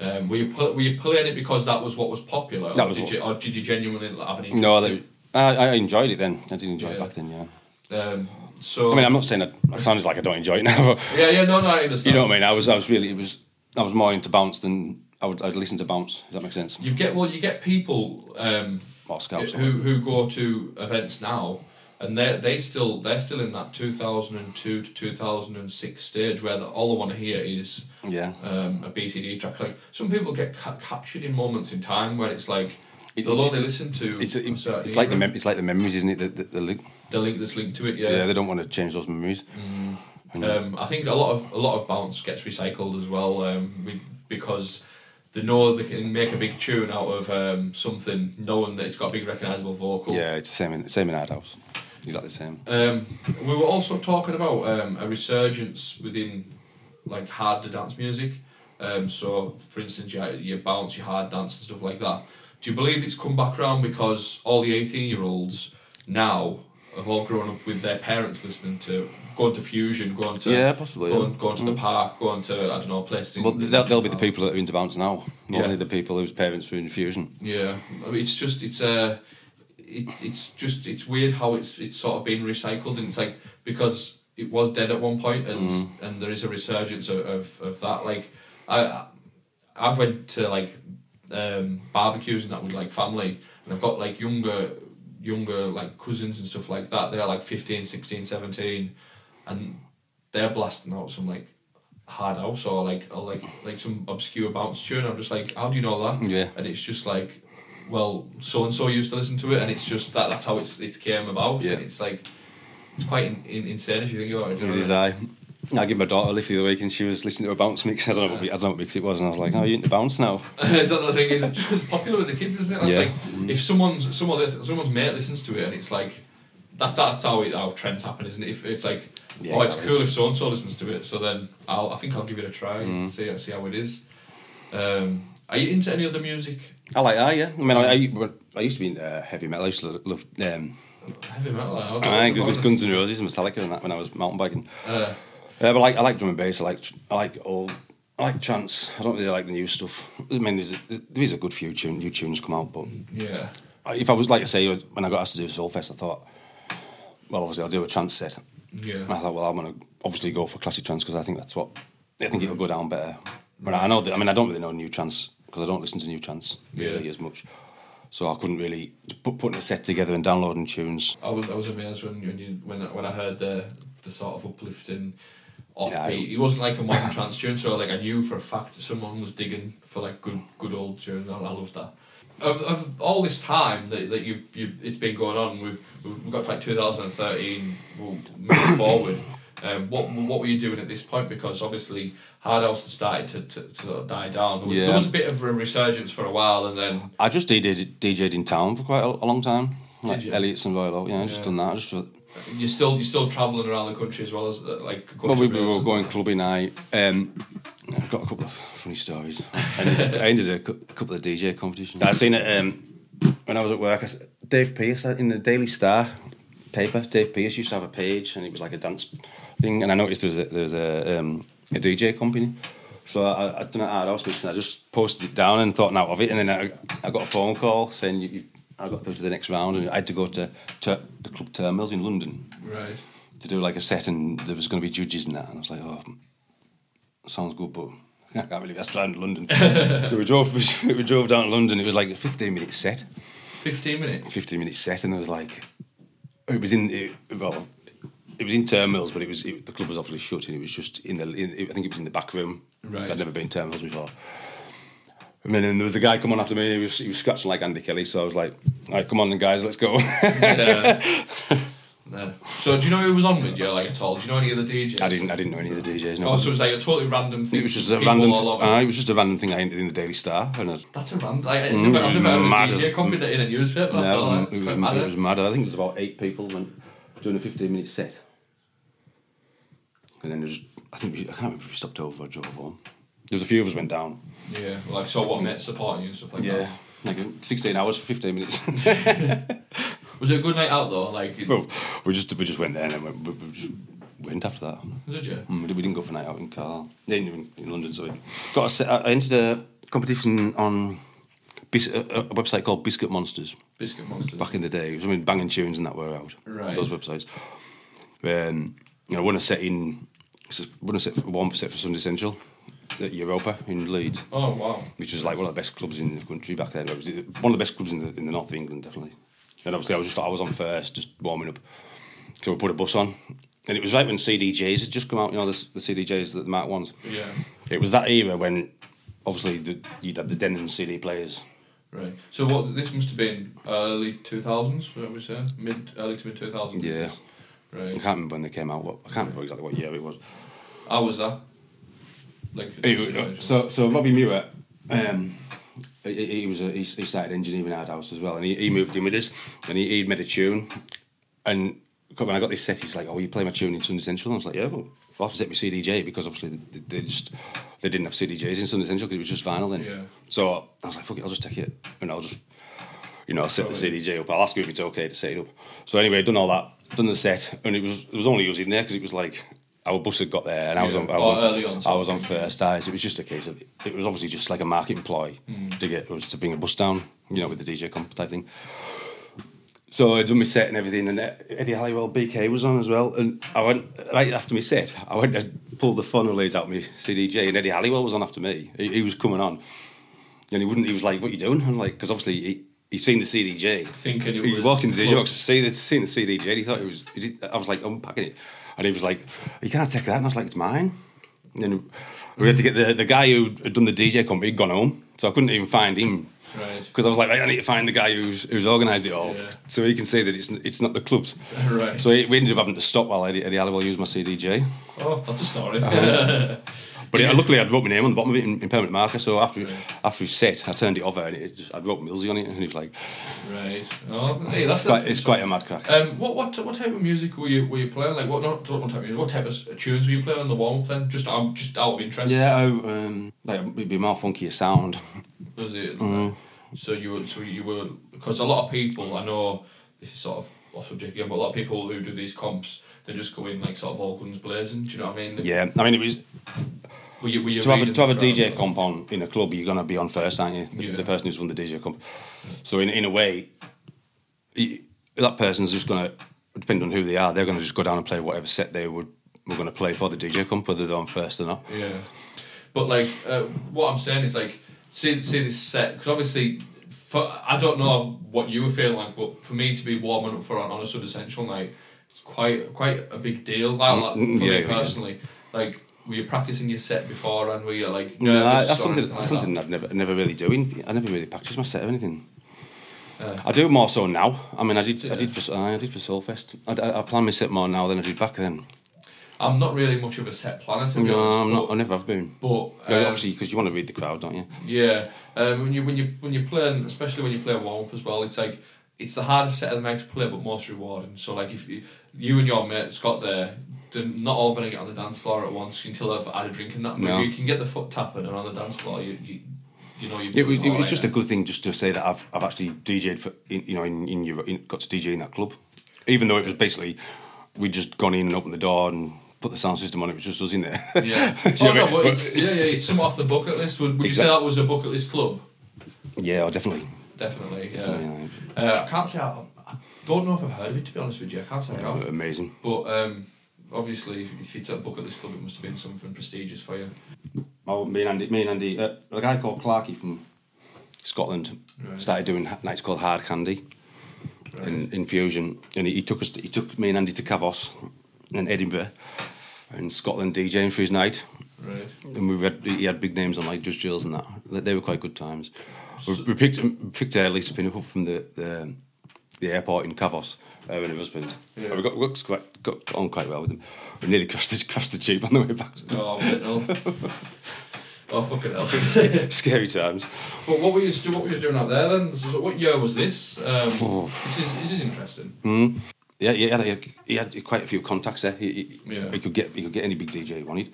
[SPEAKER 4] Yeah,
[SPEAKER 1] Um, were you pl- were you playing it because that was what was popular?
[SPEAKER 4] That
[SPEAKER 1] or
[SPEAKER 4] was
[SPEAKER 1] did
[SPEAKER 4] what-
[SPEAKER 1] you or did you genuinely have an interest?
[SPEAKER 4] No,
[SPEAKER 1] in
[SPEAKER 4] they, I, I enjoyed it then. I did enjoy it
[SPEAKER 1] Yeah.
[SPEAKER 4] back then. Yeah.
[SPEAKER 1] it? Um, so
[SPEAKER 4] I mean, I'm not saying I, I sounded like I don't enjoy it now, but
[SPEAKER 1] yeah, yeah, no, no, I
[SPEAKER 4] you
[SPEAKER 1] understand.
[SPEAKER 4] know what I mean. I was, I was really, it was, I was more into bounce than I would. I'd listen to bounce. If that makes sense.
[SPEAKER 1] You get well, you get people um,
[SPEAKER 4] Or
[SPEAKER 1] who
[SPEAKER 4] scouts. or-
[SPEAKER 1] who go to events now, and they they still they're still in that 2002 to 2006 stage where the, all they want to hear is
[SPEAKER 4] Yeah.
[SPEAKER 1] um, a BCD track. Like some people get ca- captured in moments in time where it's like
[SPEAKER 4] It-
[SPEAKER 1] they'll only listen to
[SPEAKER 4] It's,
[SPEAKER 1] a
[SPEAKER 4] it's,
[SPEAKER 1] certain
[SPEAKER 4] it's like the
[SPEAKER 1] era.
[SPEAKER 4] mem- it's like the memories, isn't it? The, the, the link.
[SPEAKER 1] the link that's linked to it.
[SPEAKER 4] Yeah. they don't want to change those memories.
[SPEAKER 1] Um, I think a lot of a lot of bounce gets recycled as well um, we, because they know they can make a big tune out of um, something, knowing that it's got a big recognisable vocal.
[SPEAKER 4] Yeah, it's the same in same in our house. Exactly the same.
[SPEAKER 1] Um, we were also talking about um, a resurgence within like hard to dance music. Um, so, for instance, your, your bounce, your hard dance, and stuff like that. Do you believe it's come back around because all the eighteen-year-olds now have all grown up with their parents listening to going to fusion, going to
[SPEAKER 4] Yeah, possibly,
[SPEAKER 1] going,
[SPEAKER 4] yeah. Mm.
[SPEAKER 1] going to the park, going to I don't know places. in-
[SPEAKER 4] Well, they'll, they'll be the people that are into bounce now,
[SPEAKER 1] Uh,
[SPEAKER 4] not
[SPEAKER 1] Yeah.
[SPEAKER 4] only the people whose parents were in fusion.
[SPEAKER 1] Yeah, I mean, it's just it's Uh, it, it's just it's weird how it's it's sort of been recycled and it's like because it was dead at one point and and there is a resurgence of, of, of that like I I've went to like um, barbecues and that with like family and I've got like younger younger like cousins and stuff like that they're like 15 16 17 and they're blasting out some like hard house or like or like like some obscure bounce tune I'm just like how do you know that
[SPEAKER 4] Yeah.
[SPEAKER 1] and it's just like well so and so used to listen to it and it's just that that's how it's it came about
[SPEAKER 4] Yeah.
[SPEAKER 1] and it's like it's quite in, in, insane if you think about it do you
[SPEAKER 4] It
[SPEAKER 1] know
[SPEAKER 4] is
[SPEAKER 1] what I mean?
[SPEAKER 4] I. I gave my daughter a lift the other week and she was listening to a bounce mix. I don't know what, I don't know what mix it was, and I was like, "Oh, you into bounce now?"
[SPEAKER 1] is that the thing is it just 'cause it's popular with the kids isn't it That's
[SPEAKER 4] Yeah.
[SPEAKER 1] like if someone's someone lis- someone's mate listens to it and it's like that's that's how it, how trends happen isn't it if it's like
[SPEAKER 4] Yeah,
[SPEAKER 1] oh it's
[SPEAKER 4] exactly.
[SPEAKER 1] cool if so and so listens to it so then I'll I think I'll give it a try
[SPEAKER 4] Mm.
[SPEAKER 1] and see see how it is um, are you into any other music
[SPEAKER 4] I like that. Yeah, I mean, I, I, I used to be into uh, heavy metal. I used to love um,
[SPEAKER 1] heavy metal I don't
[SPEAKER 4] I
[SPEAKER 1] know.
[SPEAKER 4] with Guns N' Roses, Metallica, and that when I was mountain biking.
[SPEAKER 1] uh,
[SPEAKER 4] Yeah, but I like I like drum and bass. I like I like old. I like trance. I don't really like the new stuff. I mean, there's a, there is a good few tune, new tunes come out, but
[SPEAKER 1] yeah
[SPEAKER 4] if I was like I say when I got asked to do Soulfest, I thought, well, obviously I'll do a trance set. And I
[SPEAKER 1] yeah
[SPEAKER 4] thought, well, I'm gonna obviously go for classic trance because I think that's what I think it'll go down better. But I know that I mean I don't really know new trance because I don't listen to new trance really
[SPEAKER 1] Yeah.
[SPEAKER 4] as much. So I couldn't really put putting a set together and downloading tunes.
[SPEAKER 1] I was I was amazed when when you when I- when I heard the the sort of uplifting offbeat.
[SPEAKER 4] Yeah, I-
[SPEAKER 1] it wasn't like a modern trance tune, so like I knew for a fact that someone was digging for like good good old tunes. I, I loved that. Of, of all this time that, that you you it's been going on, we've we've got to like 2013. We'll move forward. Um, what what were you doing at this point? Because obviously hard house had started to, to, to sort of die down. There was,
[SPEAKER 4] Yeah.
[SPEAKER 1] there was a bit of a resurgence for a while, and then
[SPEAKER 4] I just DJed, DJed in town for quite a, a long time, like
[SPEAKER 1] you?
[SPEAKER 4] Elliot's and Royal Oak. Yeah, I just
[SPEAKER 1] Yeah.
[SPEAKER 4] done that. Just for,
[SPEAKER 1] you're still you're still traveling around the country as well as uh, like.
[SPEAKER 4] well,
[SPEAKER 1] country
[SPEAKER 4] we, we were
[SPEAKER 1] roads.
[SPEAKER 4] going clubbing night. Um, I've got a couple of funny stories. I ended, I ended a, cou- couple of DJ competitions. I seen it um, when I was at work. I s Dave Pierce uh, in the Daily Star paper. Dave Pierce used to have a page, and it was like a dance thing. And I noticed there was a, there was a, um, a DJ company. So I, I done it at our house mix, and I just posted it down and thought out of it. And then I, I got a phone call saying you, you, I got through to the next round, and I had to go to, to the club Terminals in London
[SPEAKER 1] Right.
[SPEAKER 4] to do like a set and there was going to be judges and that and I was like oh sounds good but I can't believe that's down in London so we drove we drove down to London it was like a 15 minute set
[SPEAKER 1] 15 minutes.
[SPEAKER 4] 15 minute set and there was like it was in it, well it was in Terminals but it was it, the club was obviously shut and it was just in the in, I think it was in the back room
[SPEAKER 1] Right.
[SPEAKER 4] I'd never been to Terminals before and then there was a guy come on after me and he was, he was scratching like Andy Kelly so I was like alright come on then guys let's go
[SPEAKER 1] Yeah. uh, no. So, do you know who was on with you, like at all? Do you know any of the DJs?
[SPEAKER 4] I didn't I didn't know any of the DJs no
[SPEAKER 1] Oh, so it was like a totally random thing.
[SPEAKER 4] It was just a
[SPEAKER 1] people
[SPEAKER 4] random.
[SPEAKER 1] all over.
[SPEAKER 4] uh, it was just a random thing I entered in the Daily Star, and I,
[SPEAKER 1] That's a random. Like, I've never, I've never
[SPEAKER 4] Mm, Mad
[SPEAKER 1] heard of
[SPEAKER 4] as-
[SPEAKER 1] a DJ company that in a newspaper. That's
[SPEAKER 4] No,
[SPEAKER 1] all.
[SPEAKER 4] it,
[SPEAKER 1] It's
[SPEAKER 4] was,
[SPEAKER 1] quite
[SPEAKER 4] it
[SPEAKER 1] mad.
[SPEAKER 4] was
[SPEAKER 1] eh?
[SPEAKER 4] mad. I think it was about eight people went doing a fifteen-minute set, and then there was, I think we, I can't remember if we stopped over or drove home. There was a few of us went down.
[SPEAKER 1] Yeah. Like, so what met supporting you and stuff like that.
[SPEAKER 4] like sixteen hours for fifteen minutes.
[SPEAKER 1] Was it a good night out though? Like, it-
[SPEAKER 4] well, we just we just went there and then we, we, we just went after that.
[SPEAKER 1] did you?
[SPEAKER 4] Mm, We didn't go for a night out in Carlisle. Then in, in London, so we got a set. I I entered a, competition on bis- a, a website called Biscuit Monsters
[SPEAKER 1] Biscuit Monsters.
[SPEAKER 4] back in the day. It was, I mean, banging tunes and that were out.
[SPEAKER 1] Right.
[SPEAKER 4] Those websites. Um, you know, won a set in, won a set for one set for Sunday Central at Europa in Leeds,
[SPEAKER 1] Oh wow.
[SPEAKER 4] which was like one of the best clubs in the country back then. It was one of the best clubs in the, in the north of England, definitely. And obviously, I was just I was on first, just warming up. So we put a bus on, and it was right when CDJs had just come out. You know, the, the CDJs that the Mark ones.
[SPEAKER 1] Yeah.
[SPEAKER 4] It was that era when, obviously, the, you'd had the Denon CD players.
[SPEAKER 1] Right. So what? This must have been early two thousands. What we say? Mid early to mid two thousands.
[SPEAKER 4] Yeah. I
[SPEAKER 1] Right.
[SPEAKER 4] can't remember when they came out. What I can't remember exactly what year it was.
[SPEAKER 1] How was that? Like.
[SPEAKER 4] Anyway, uh, so so Robbie Muir, um, he, he was a, he, he started engineering our house as well, and he, he moved in with us, and he, he made a tune, and when I got this set, he's like, "Oh, you play my tune in Sunday Central?" And I was like, "Yeah, well, I'll have to set my CDJ because obviously they, they just they didn't have CDJs in Sunday Central because it was just vinyl then."
[SPEAKER 1] Yeah.
[SPEAKER 4] So I was like, "Fuck it, I'll just take it, and I'll just." You know, I'll set the CDJ up. I'll ask you if it's okay to set it up. So anyway, done all that, done the set, and it was it was only us in there because it was like our bus had got there, and I was
[SPEAKER 1] Yeah.
[SPEAKER 4] on, I was
[SPEAKER 1] Oh,
[SPEAKER 4] on,
[SPEAKER 1] early on,
[SPEAKER 4] I
[SPEAKER 1] so-
[SPEAKER 4] was on first eyes. It was just a case of it was obviously just like a market ploy
[SPEAKER 1] Mm.
[SPEAKER 4] to get us to bring a bus down, you know, with the DJ comp type thing. So I done my set and everything, and Eddie Halliwell BK was on as well. And I went right after my set, I went and pulled the funnel leads out my CDJ, and Eddie Halliwell was on after me. He, he was coming on, and he wouldn't. He was like, "What you doing?" I'm like, because obviously he he seen the CDJ,
[SPEAKER 1] Thinking it
[SPEAKER 4] he
[SPEAKER 1] was
[SPEAKER 4] walked into the
[SPEAKER 1] club.
[SPEAKER 4] DJ box, see the seen the CDJ, and he thought it was. He did, I was like unpacking it, and he was like, "You can't take that," and I was like, "It's mine." And then we had to get the the guy who had done the DJ company had gone home, so I couldn't even find him
[SPEAKER 1] Right.
[SPEAKER 4] because I was like, right, I need to find the guy who's who's organised it all,
[SPEAKER 1] Yeah.
[SPEAKER 4] so he can say that it's it's not the clubs.
[SPEAKER 1] Right.
[SPEAKER 4] So we ended up having to stop while Eddie, Eddie Halliwell used my CDJ.
[SPEAKER 1] Oh, that's a story.
[SPEAKER 4] Uh-huh. But it, luckily, I'd wrote my name on the bottom of it in, in permanent marker. So after
[SPEAKER 1] Right.
[SPEAKER 4] after he set, I turned it over and it just, I wrote Millsy on it, and he was like,
[SPEAKER 1] right. Oh, hey, that's,
[SPEAKER 4] quite,
[SPEAKER 1] that's
[SPEAKER 4] "It's quite a mad crack."
[SPEAKER 1] Um, what what what type of music were you were you playing? Like what not, not what type of music? What type of tunes were you playing on the warm up then? Just I'm just out of interest.
[SPEAKER 4] Yeah, I, um, like it'd be more funkier sound.
[SPEAKER 1] Was it?
[SPEAKER 4] Mm-hmm.
[SPEAKER 1] So you were so you were because a lot of people I know this is sort of off subject again, but a lot of people who do these comps they just go in like sort of all guns blazing. Do you know what I mean?
[SPEAKER 4] Yeah, I mean it was
[SPEAKER 1] Were you, were you
[SPEAKER 4] to have a,
[SPEAKER 1] reading
[SPEAKER 4] to have a
[SPEAKER 1] the crowd,
[SPEAKER 4] DJ
[SPEAKER 1] so-
[SPEAKER 4] comp on in a club. You're gonna be on first, aren't you? The,
[SPEAKER 1] Yeah.
[SPEAKER 4] the person who's won the DJ comp. So in in a way, he, that person's just gonna depending on who they are. They're gonna just go down and play whatever set they would were gonna play for the DJ comp, whether they're on first or not.
[SPEAKER 1] Yeah, but like uh, what I'm saying is like see see this set because obviously for I don't know what you were feeling like, but for me to be warming up for on, on a sub essential night, it's quite quite a big deal. Like, like, for
[SPEAKER 4] mm, yeah,
[SPEAKER 1] me
[SPEAKER 4] yeah.
[SPEAKER 1] personally, like were you practicing your set before and were you like
[SPEAKER 4] No,
[SPEAKER 1] nervous
[SPEAKER 4] that's
[SPEAKER 1] or
[SPEAKER 4] something.
[SPEAKER 1] anything
[SPEAKER 4] That's
[SPEAKER 1] like
[SPEAKER 4] something I've never never really doing. I never really practice my set or anything.
[SPEAKER 1] Uh.
[SPEAKER 4] I do more so now. I mean, I did. I did for. I did for Soulfest. I, I, I plan my set more now than I did back then.
[SPEAKER 1] I'm not really much of a set planner. To be
[SPEAKER 4] No, I'm
[SPEAKER 1] honest,
[SPEAKER 4] not. I never have been.
[SPEAKER 1] But, but
[SPEAKER 4] Yeah,
[SPEAKER 1] um,
[SPEAKER 4] obviously, because you want to read the crowd, don't you?
[SPEAKER 1] Yeah, um, when you when you when you're playing, especially when you play warm up as well, it's like it's the hardest set of the night to play, but most rewarding. So like if you, you and your mate Scott there, they're not all going to get on the dance floor at once until they've had a drink and that. But
[SPEAKER 4] No.
[SPEAKER 1] if you can get the foot tapping and on the dance floor, you you, you know you.
[SPEAKER 4] It, was- it was just a good thing just to say that I've, I've actually DJed for in, you know in, in Europe, in, got to DJ in that club, even though it was basically we just gone in and opened the door and put the sound system on. It was just us in there.
[SPEAKER 1] Yeah.
[SPEAKER 4] Do you
[SPEAKER 1] oh, no,
[SPEAKER 4] know what I mean?
[SPEAKER 1] but it's, yeah, yeah, it's somewhat off the bucket list. Would, would you say
[SPEAKER 4] Exact-
[SPEAKER 1] that was a bucket list club?
[SPEAKER 4] yeah, oh, definitely.
[SPEAKER 1] Definitely, yeah.
[SPEAKER 4] Definitely,
[SPEAKER 1] Uh, I can't say I, I don't know if I've heard of it to be honest with you. I can't say I have.
[SPEAKER 4] Amazing.
[SPEAKER 1] But um, obviously, if, if you took a book at this club, it must have been something prestigious for you.
[SPEAKER 4] Oh, me and Andy, me and Andy, uh, a guy called Clarkey from Scotland
[SPEAKER 1] Right.
[SPEAKER 4] started doing ha- nights called Hard Candy in Infusion, and he, he took us, he took me and Andy to Cavos in Edinburgh, and Scotland DJing for his night,
[SPEAKER 1] Right.
[SPEAKER 4] and we had he had big names on like Judge Jules and that. They- They were quite good times. We, we picked we picked uh, Lisa Pinnock up from the the, the airport in Cavos. Uh, with her husband,
[SPEAKER 1] Yeah.
[SPEAKER 4] we got, got quite- got on quite well with him. We nearly crashed the, crashed the jeep on the way back.
[SPEAKER 1] Oh, no. oh, fucking hell.
[SPEAKER 4] Scary times.
[SPEAKER 1] but what were, you, stu- what were you doing out there then? So, so what year was this? Um, this, is, this is interesting.
[SPEAKER 4] Yeah, he had, he had, he had quite a few contacts there. He, he,
[SPEAKER 1] Yeah.
[SPEAKER 4] he could get he could get any big DJ he wanted,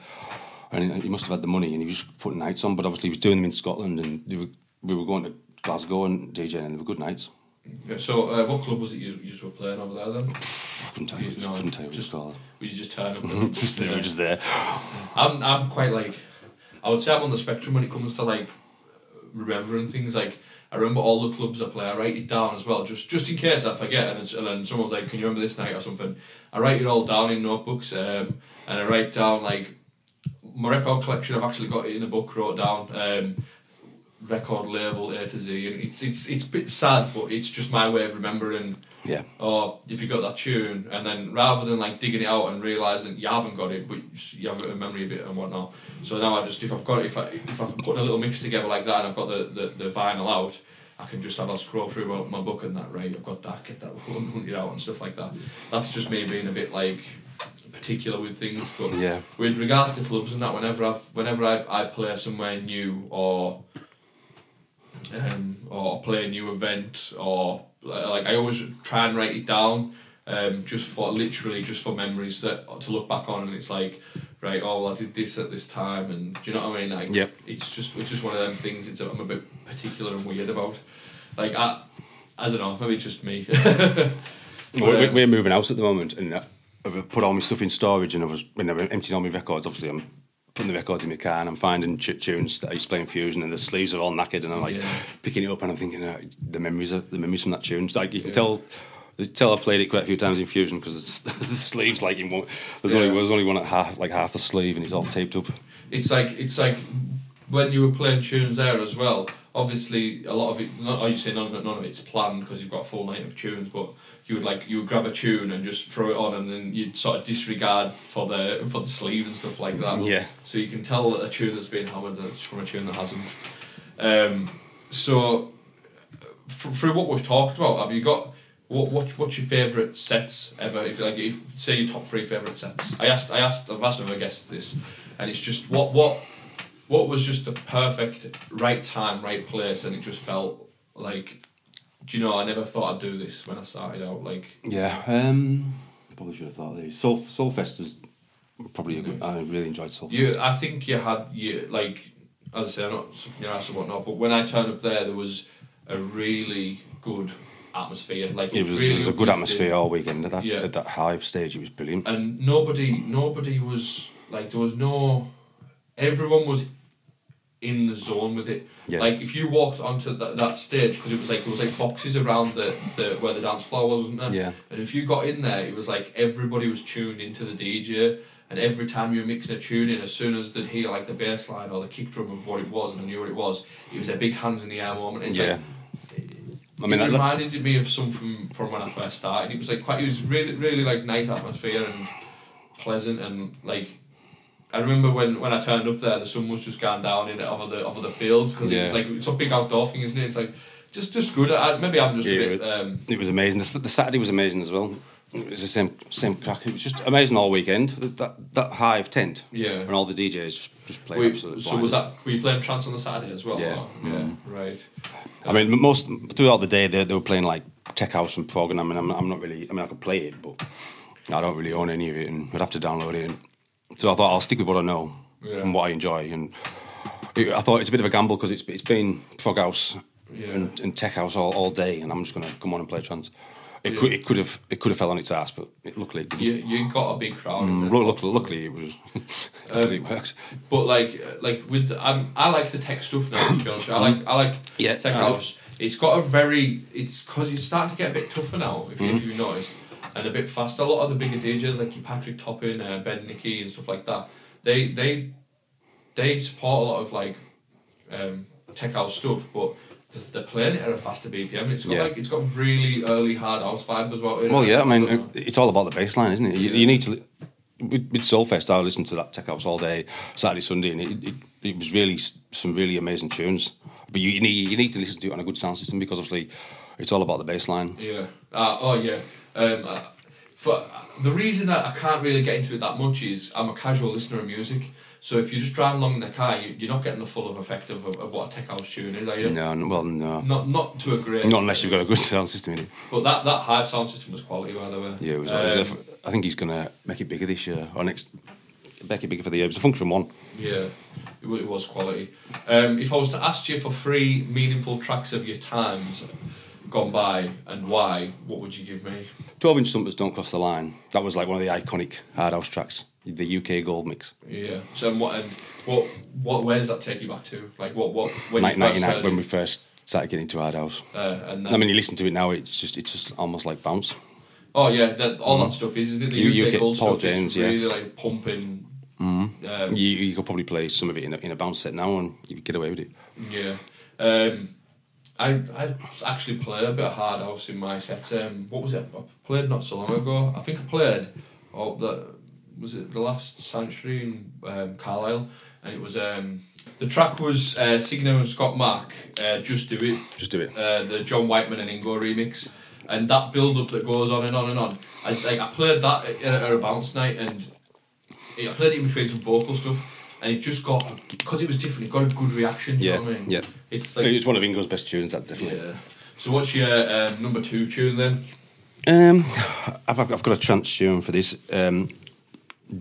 [SPEAKER 4] and he must have had the money, and he was putting nights on. But obviously, he was doing them in Scotland, and they were, we were going to Glasgow and DJing, and they were good nights.
[SPEAKER 1] Yeah, so, uh, what club was it you, you were playing over there then?
[SPEAKER 4] I couldn't tell you,
[SPEAKER 1] He's not-
[SPEAKER 4] couldn't tell you what
[SPEAKER 1] just-
[SPEAKER 4] it's called.
[SPEAKER 1] Were you just turning up? and-
[SPEAKER 4] Just they
[SPEAKER 1] Yeah.
[SPEAKER 4] were just there.
[SPEAKER 1] I'm, I'm quite like, I would say I'm on the spectrum when it comes to like remembering things. Like I remember all the clubs I play. I write it down as well, just just in case I forget. And, it's, and then someone's like, "Can you remember this night or something?" I write it all down in notebooks, um, and I write down like my record collection. I've actually got it in a book. Wrote down. Um, record label A to Z and it's it's it's a bit sad but it's just my way of remembering
[SPEAKER 4] Yeah.
[SPEAKER 1] or if you got that tune, and then rather than like digging it out and realizing you haven't got it, but you s- you have a memory of it and whatnot. So now I just if I've got it, if I if I've put a little mix together like that, and I've got the the, the vinyl out. I can just have a scroll through my, my book and that right. I've got that, get that one hundred out and stuff like that. That's just me being a bit like particular with things, but
[SPEAKER 4] Yeah.
[SPEAKER 1] with regards to clubs and that, whenever I've whenever I, I play somewhere new or um, or play a new event or like I always try and write it down um, just for literally just for memories that to look back on and it's like right oh well, I did this at this time and do you know what I mean like
[SPEAKER 4] Yep.
[SPEAKER 1] it's just it's just one of them things it's I'm a bit particular and weird about like I I don't know maybe it's just me
[SPEAKER 4] Well, we- we're moving house at the moment, and uh, I've put all my stuff in storage, and I was when I emptied all my records. Obviously, I'm putting the records in my car, and I'm finding ch- tunes that I used to play in Fusion, and the sleeves are all knackered, and I'm like
[SPEAKER 1] Yeah.
[SPEAKER 4] picking it up, and I'm thinking uh, the memories, are, the memories from that tune. It's like you can tell. you can Tell I played it quite a few times in Fusion because the sleeves like in one. There's only
[SPEAKER 1] Yeah.
[SPEAKER 4] there's only one at half like half the sleeve and it's all taped up.
[SPEAKER 1] it's like it's like when you were playing tunes there as well. Obviously, a lot of it. Not, oh, you say none of it. None of it's planned because you've got a full night of tunes. But you would like you would grab a tune and just throw it on, and then you'd sort of disregard for the for the sleeve and stuff like that.
[SPEAKER 4] Yeah.
[SPEAKER 1] So you can tell a tune that's been hammered that's from a tune that hasn't. Um, so f- through what we've talked about, have you got what what what's your favourite sets ever? If like if say your top three favourite sets. I asked I asked I've asked other guests this, and it's just what what what was just the perfect right time, right place, and it just felt like. Do you know? I never thought I'd do this when I started out. Like,
[SPEAKER 4] Yeah, um, probably should have thought of these. Soul Soulfest was probably a good, I really enjoyed Soulfest.
[SPEAKER 1] You, I think you had you like, as I say, I'm not s- your ass and whatnot, but when I turned up there, there was a really good atmosphere. Like
[SPEAKER 4] It was,
[SPEAKER 1] really
[SPEAKER 4] there was a good
[SPEAKER 1] uplifting.
[SPEAKER 4] atmosphere all weekend at that,
[SPEAKER 1] Yeah.
[SPEAKER 4] at that Hive stage. It was brilliant.
[SPEAKER 1] and nobody, nobody was like there was no. Everyone was in the zone with it.
[SPEAKER 4] Yeah.
[SPEAKER 1] Like if you walked onto that, that stage because it was like there was like boxes around the, the where the dance floor was, wasn't there?
[SPEAKER 4] Yeah.
[SPEAKER 1] And if you got in there, it was like everybody was tuned into the DJ, and every time you were mixing a tune in, as soon as they'd hear like the bass line or the kick drum of what it was, and they knew what it was, it was a big hands in the air moment. It's
[SPEAKER 4] yeah,
[SPEAKER 1] like
[SPEAKER 4] I mean,
[SPEAKER 1] it
[SPEAKER 4] that,
[SPEAKER 1] reminded me of something from when I first started. It was like quite. It was really, really like nice atmosphere and pleasant and like. I remember when, when I turned up there, the sun was just going down in it over the over the fields because it's
[SPEAKER 4] Yeah.
[SPEAKER 1] like it's a big outdoor thing, isn't it? It's like just just good. I, maybe I'm just
[SPEAKER 4] Yeah,
[SPEAKER 1] a bit.
[SPEAKER 4] but-
[SPEAKER 1] Um,
[SPEAKER 4] it was amazing. The, the Saturday was amazing as well. It was the same same crack. It was just amazing all weekend. That that, that Hive tent.
[SPEAKER 1] Yeah.
[SPEAKER 4] and all the DJs just, just played.
[SPEAKER 1] we,
[SPEAKER 4] absolutely
[SPEAKER 1] so was that were you playing trance on the Saturday as well?
[SPEAKER 4] Yeah. Mm.
[SPEAKER 1] or- yeah, right.
[SPEAKER 4] I mean, most throughout the day they, they were playing like tech house and prog, and I mean, I'm, I'm not really. I mean, I could play it, but I don't really own any of it, and I'd have to download it. And so I thought I'll stick with what I know
[SPEAKER 1] Yeah.
[SPEAKER 4] and what I enjoy, and it, I thought it's a bit of a gamble because it's it's been prog house
[SPEAKER 1] Yeah.
[SPEAKER 4] and, and tech house all, all day, and I'm just gonna come on and play trance. It could it could have it could have fell on its ass, but it, luckily it didn't.
[SPEAKER 1] You you got a big crowd. in
[SPEAKER 4] Mm,
[SPEAKER 1] there.
[SPEAKER 4] lu- luckily, luckily it was luckily
[SPEAKER 1] Um,
[SPEAKER 4] it worked.
[SPEAKER 1] But like like with um, I like the tech stuff now. To be honest, I like I like
[SPEAKER 4] Yeah,
[SPEAKER 1] tech
[SPEAKER 4] I know.
[SPEAKER 1] house. It's got a very it's because it's starting to get a bit tougher now. If, you
[SPEAKER 4] Mm-hmm.
[SPEAKER 1] if you've noticed, and a bit faster. A lot of the bigger DJs like your Patrick Toppin, uh, Ben Nicky, and stuff like that. They they they support a lot of like um, tech house stuff, but th- they're playing it at a faster BPM. It's got
[SPEAKER 4] Yeah.
[SPEAKER 1] like it's got really early hard house vibe as well.
[SPEAKER 4] Well, yeah, I mean,
[SPEAKER 1] don't know.
[SPEAKER 4] it's all about the baseline, isn't it? You, you need to. li- With, with Soulfest, I listened to that tech house all day, Saturday, Sunday, and it, it, it was really s- some really amazing tunes. But you, you need you need to listen to it on a good sound system because obviously it's all about the baseline.
[SPEAKER 1] Yeah. Uh, oh yeah. Um, uh, for the reason that I can't really get into it that much is I'm a casual listener of music. So if you just drive along in the car, you, you're not getting the full of effect of, of what a tech house tune is, are you?
[SPEAKER 4] No, n- well, no,
[SPEAKER 1] Not not to a great.
[SPEAKER 4] not unless you've got a good sound system in it.
[SPEAKER 1] But that that hive sound system was quality, by the way.
[SPEAKER 4] Yeah, it was,
[SPEAKER 1] Um,
[SPEAKER 4] it was- I think he's gonna make it bigger this year or next. Make it bigger for the year. It was a function one.
[SPEAKER 1] Yeah, it, wa- it was quality. Um, if I was to ask you for three meaningful tracks of your times, gone by and why, what would you give me?
[SPEAKER 4] 12 inch thumpers don't cross the line. That was like one of the iconic hard house tracks, the UK gold mix.
[SPEAKER 1] Yeah. So and what and what what where does that take you back to? Like what what when you first
[SPEAKER 4] 1999
[SPEAKER 1] heard
[SPEAKER 4] when we
[SPEAKER 1] it,
[SPEAKER 4] first started getting into hard house.
[SPEAKER 1] uh, and then,
[SPEAKER 4] I mean, you listen to it now, it's just it's just almost like bounce.
[SPEAKER 1] oh yeah, that, all that stuff is isn't it? The
[SPEAKER 4] You- you
[SPEAKER 1] UK
[SPEAKER 4] get
[SPEAKER 1] gold
[SPEAKER 4] Paul
[SPEAKER 1] stuff is
[SPEAKER 4] Jones, yeah. Mm-hmm.
[SPEAKER 1] really like pumping. Um,
[SPEAKER 4] You, you could probably play some of it in a, in a bounce set now and you could get away with it.
[SPEAKER 1] yeah. Um, I I actually played a bit of hard house in my set. Um, what was it? I played not so long ago. I think I played. Oh, the was it the last Sanctuary in um, Carlisle, and it was um. The track was uh, Signo and Scott Mark, uh, Just Do It,
[SPEAKER 4] Just do it.
[SPEAKER 1] uh, the John Whiteman and Ingo remix, and that build up that goes on and on and on. I like I played that at, at a bounce night, and it, I played it in between some vocal stuff, and it just got because it was different. It got a good reaction. You
[SPEAKER 4] Yeah,
[SPEAKER 1] know what I mean?
[SPEAKER 4] yeah.
[SPEAKER 1] It's like
[SPEAKER 4] It's one of Ingo's best tunes, that definitely.
[SPEAKER 1] yeah. So what's your um, number two tune then?
[SPEAKER 4] Um, I've, I've I've got a trance tune for this. Um,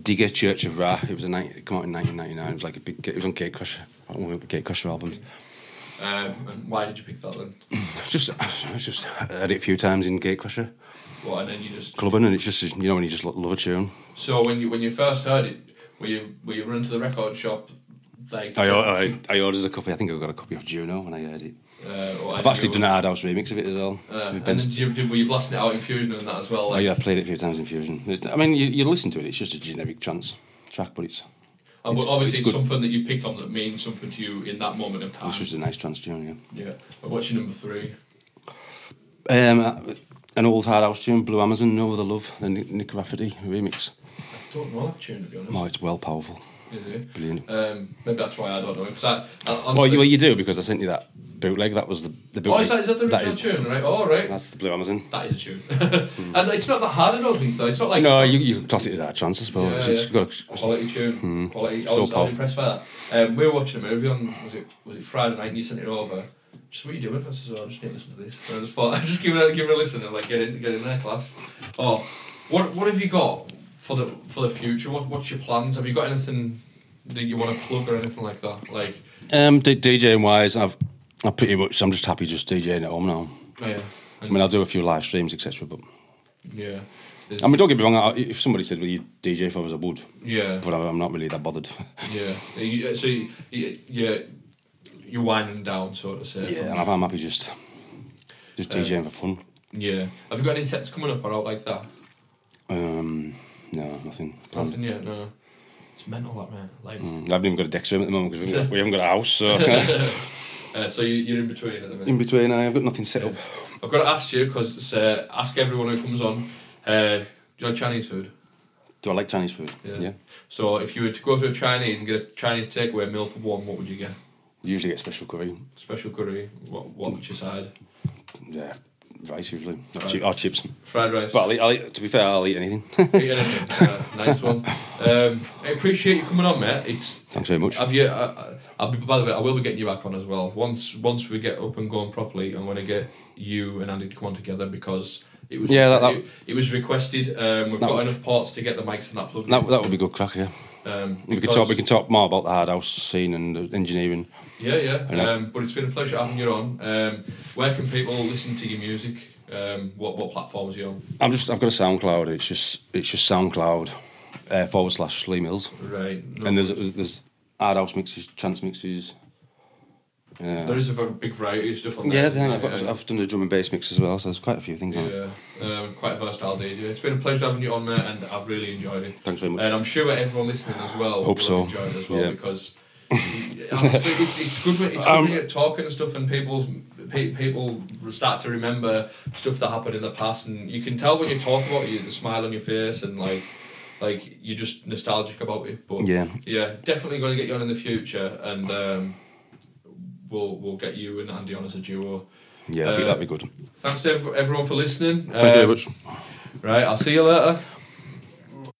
[SPEAKER 4] Digger Church of Ra. It was a ni- it came out in 1999. It was like a big. It was on Gate Crusher. I don't know the Gate Crusher albums.
[SPEAKER 1] Um, and why did you pick that then?
[SPEAKER 4] Just I just heard it a few times in Gate Crusher
[SPEAKER 1] What and then you just
[SPEAKER 4] clubbing, and it's just you know when you just lo- love a tune.
[SPEAKER 1] so when you when you first heard it, were you were you run to the record shop? Like
[SPEAKER 4] I, or- I I ordered a copy. I think I got a copy of Juno when I heard it.
[SPEAKER 1] uh, or
[SPEAKER 4] I've actually done a hard house remix of it as well.
[SPEAKER 1] Uh,
[SPEAKER 4] with
[SPEAKER 1] and
[SPEAKER 4] Ben-
[SPEAKER 1] then did you, did, were you blasting it out in Fusion and that as well?
[SPEAKER 4] oh
[SPEAKER 1] Like,
[SPEAKER 4] yeah, I played it a few times in Fusion. It's- I mean, you, you listen to it. It's just a generic trance track, but it's
[SPEAKER 1] And
[SPEAKER 4] It's-
[SPEAKER 1] obviously,
[SPEAKER 4] it's
[SPEAKER 1] it's,
[SPEAKER 4] good.
[SPEAKER 1] something that you've picked on that means something to you in that moment of time.
[SPEAKER 4] it's just a nice trance tune. Yeah.
[SPEAKER 1] yeah. And what's your number three?
[SPEAKER 4] Um, uh, an old hard house tune, Blue Amazon, No Other Love, the Nick, Nick Rafferty remix.
[SPEAKER 1] I don't know that tune to be honest.
[SPEAKER 4] Oh, it's well powerful.
[SPEAKER 1] Is it?
[SPEAKER 4] Brilliant.
[SPEAKER 1] Um, maybe that's why I don't know because I, I honestly,
[SPEAKER 4] Well you, well, you do because I sent you that bootleg. That was the, the bootleg.
[SPEAKER 1] oh, is that, is that the original
[SPEAKER 4] is-
[SPEAKER 1] tune? Right. Oh, right.
[SPEAKER 4] That's the Blue Amazon.
[SPEAKER 1] That is a tune. and it's not that hard. I don't think though. It's not like
[SPEAKER 4] No, you, you could class it as our trance, I suppose.
[SPEAKER 1] Yeah,
[SPEAKER 4] it's
[SPEAKER 1] yeah.
[SPEAKER 4] just got a,
[SPEAKER 1] quality tune. Quality. I
[SPEAKER 4] Hmm. So
[SPEAKER 1] was, I
[SPEAKER 4] pop.
[SPEAKER 1] was impressed by that. Um, we were watching a movie on was it was it Friday night and you sent it over. Just what are you doing? I said, oh, I just need to listen to this. And I just thought, I just give it, a- give it a listen and like get in, get in there, class. Oh, what what have you got for the for the future? What what's your plans? Have you got anything that you want to plug or anything like that? Like,
[SPEAKER 4] um, D- DJing wise, I've I pretty much I'm just happy just DJing at home now.
[SPEAKER 1] oh, yeah,
[SPEAKER 4] I mean, I'll do a few live streams, etc. But
[SPEAKER 1] yeah, There's-
[SPEAKER 4] I mean, don't get me wrong. I, if somebody said, "Will you DJ for us?" I would,
[SPEAKER 1] yeah,
[SPEAKER 4] but I, I'm not really that bothered.
[SPEAKER 1] yeah. You- So you, you, you- you're winding down, so to say.
[SPEAKER 4] and I'm, I'm happy just just DJing for fun.
[SPEAKER 1] yeah. Have you got any sets coming up or out like that?
[SPEAKER 4] Um, no, nothing planned.
[SPEAKER 1] Nothing yet, no. It's mental, that man. Like,
[SPEAKER 4] Mm, I haven't even got a deck room at the moment because we, haven't got- we haven't got a house. So
[SPEAKER 1] uh, so you, you're in between at the minute.
[SPEAKER 4] in between, eh, I've got nothing set up.
[SPEAKER 1] I've got to ask you because uh, ask everyone who comes on. Uh, do you like Chinese food?
[SPEAKER 4] Do I like Chinese food?
[SPEAKER 1] Yeah. So if you were to go to a Chinese and get a Chinese takeaway meal for one, what would you get?
[SPEAKER 4] Usually get special curry.
[SPEAKER 1] Special curry. What what would you side?
[SPEAKER 4] Yeah, rice usually. Or, chi- or chips.
[SPEAKER 1] Fried rice.
[SPEAKER 4] But I'll eat, I'll eat, to be fair, I'll eat anything.
[SPEAKER 1] Eat anything. Uh, nice one. Um, I appreciate you coming on, mate. It's
[SPEAKER 4] Thanks very much.
[SPEAKER 1] Have you? I, I- I'll be. By the way, I will be getting you back on as well. Once once we get up and going properly, I'm going to get you and Andy to come on together because it was
[SPEAKER 4] Yeah, that- that-
[SPEAKER 1] it, it was requested. Um, we've
[SPEAKER 4] That
[SPEAKER 1] got
[SPEAKER 4] would-
[SPEAKER 1] enough parts to get the mics and that plugged.
[SPEAKER 4] That, that would be good crack, yeah.
[SPEAKER 1] in. um,
[SPEAKER 4] We can
[SPEAKER 1] because-
[SPEAKER 4] talk. We can talk more about the hard house scene and the engineering.
[SPEAKER 1] Yeah, yeah.
[SPEAKER 4] know.
[SPEAKER 1] Um, but it's been a pleasure having you on. Um, where can people listen to your music? Um, what what platforms are you on?
[SPEAKER 4] I'm just. I've got a SoundCloud. It's just. It's just SoundCloud uh, forward slash Lee Mills.
[SPEAKER 1] Right. no-
[SPEAKER 4] And there's there's hard house mixes, trance mixes. Yeah.
[SPEAKER 1] there is a big variety of stuff on
[SPEAKER 4] Yeah,
[SPEAKER 1] there.
[SPEAKER 4] I think I've,
[SPEAKER 1] isn't there?
[SPEAKER 4] got, I've done a drum and bass mix as well, so there's quite a few things on it.
[SPEAKER 1] Yeah, um, quite a versatile DJ. It's been a pleasure having you on, mate, and I've really enjoyed it.
[SPEAKER 4] Thanks very much.
[SPEAKER 1] And I'm sure everyone listening as well
[SPEAKER 4] Hope
[SPEAKER 1] will
[SPEAKER 4] so.
[SPEAKER 1] enjoy it as well
[SPEAKER 4] Yeah.
[SPEAKER 1] because honestly, it's, it's good. When, it's good
[SPEAKER 4] Um,
[SPEAKER 1] when you're talking and stuff, and people's pe- people start to remember stuff that happened in the past, and you can tell when you talk about it, you, the smile on your face, and like. Like you're just nostalgic about it, but
[SPEAKER 4] Yeah.
[SPEAKER 1] yeah, definitely going to get you on in the future, and um, we'll we'll get you and Andy on as a duo.
[SPEAKER 4] Yeah, that'd, be,
[SPEAKER 1] Uh,
[SPEAKER 4] that'd be good. Thank
[SPEAKER 1] Thanks to ev- everyone for listening.
[SPEAKER 4] you very
[SPEAKER 1] Um,
[SPEAKER 4] much.
[SPEAKER 1] Right, I'll see you later.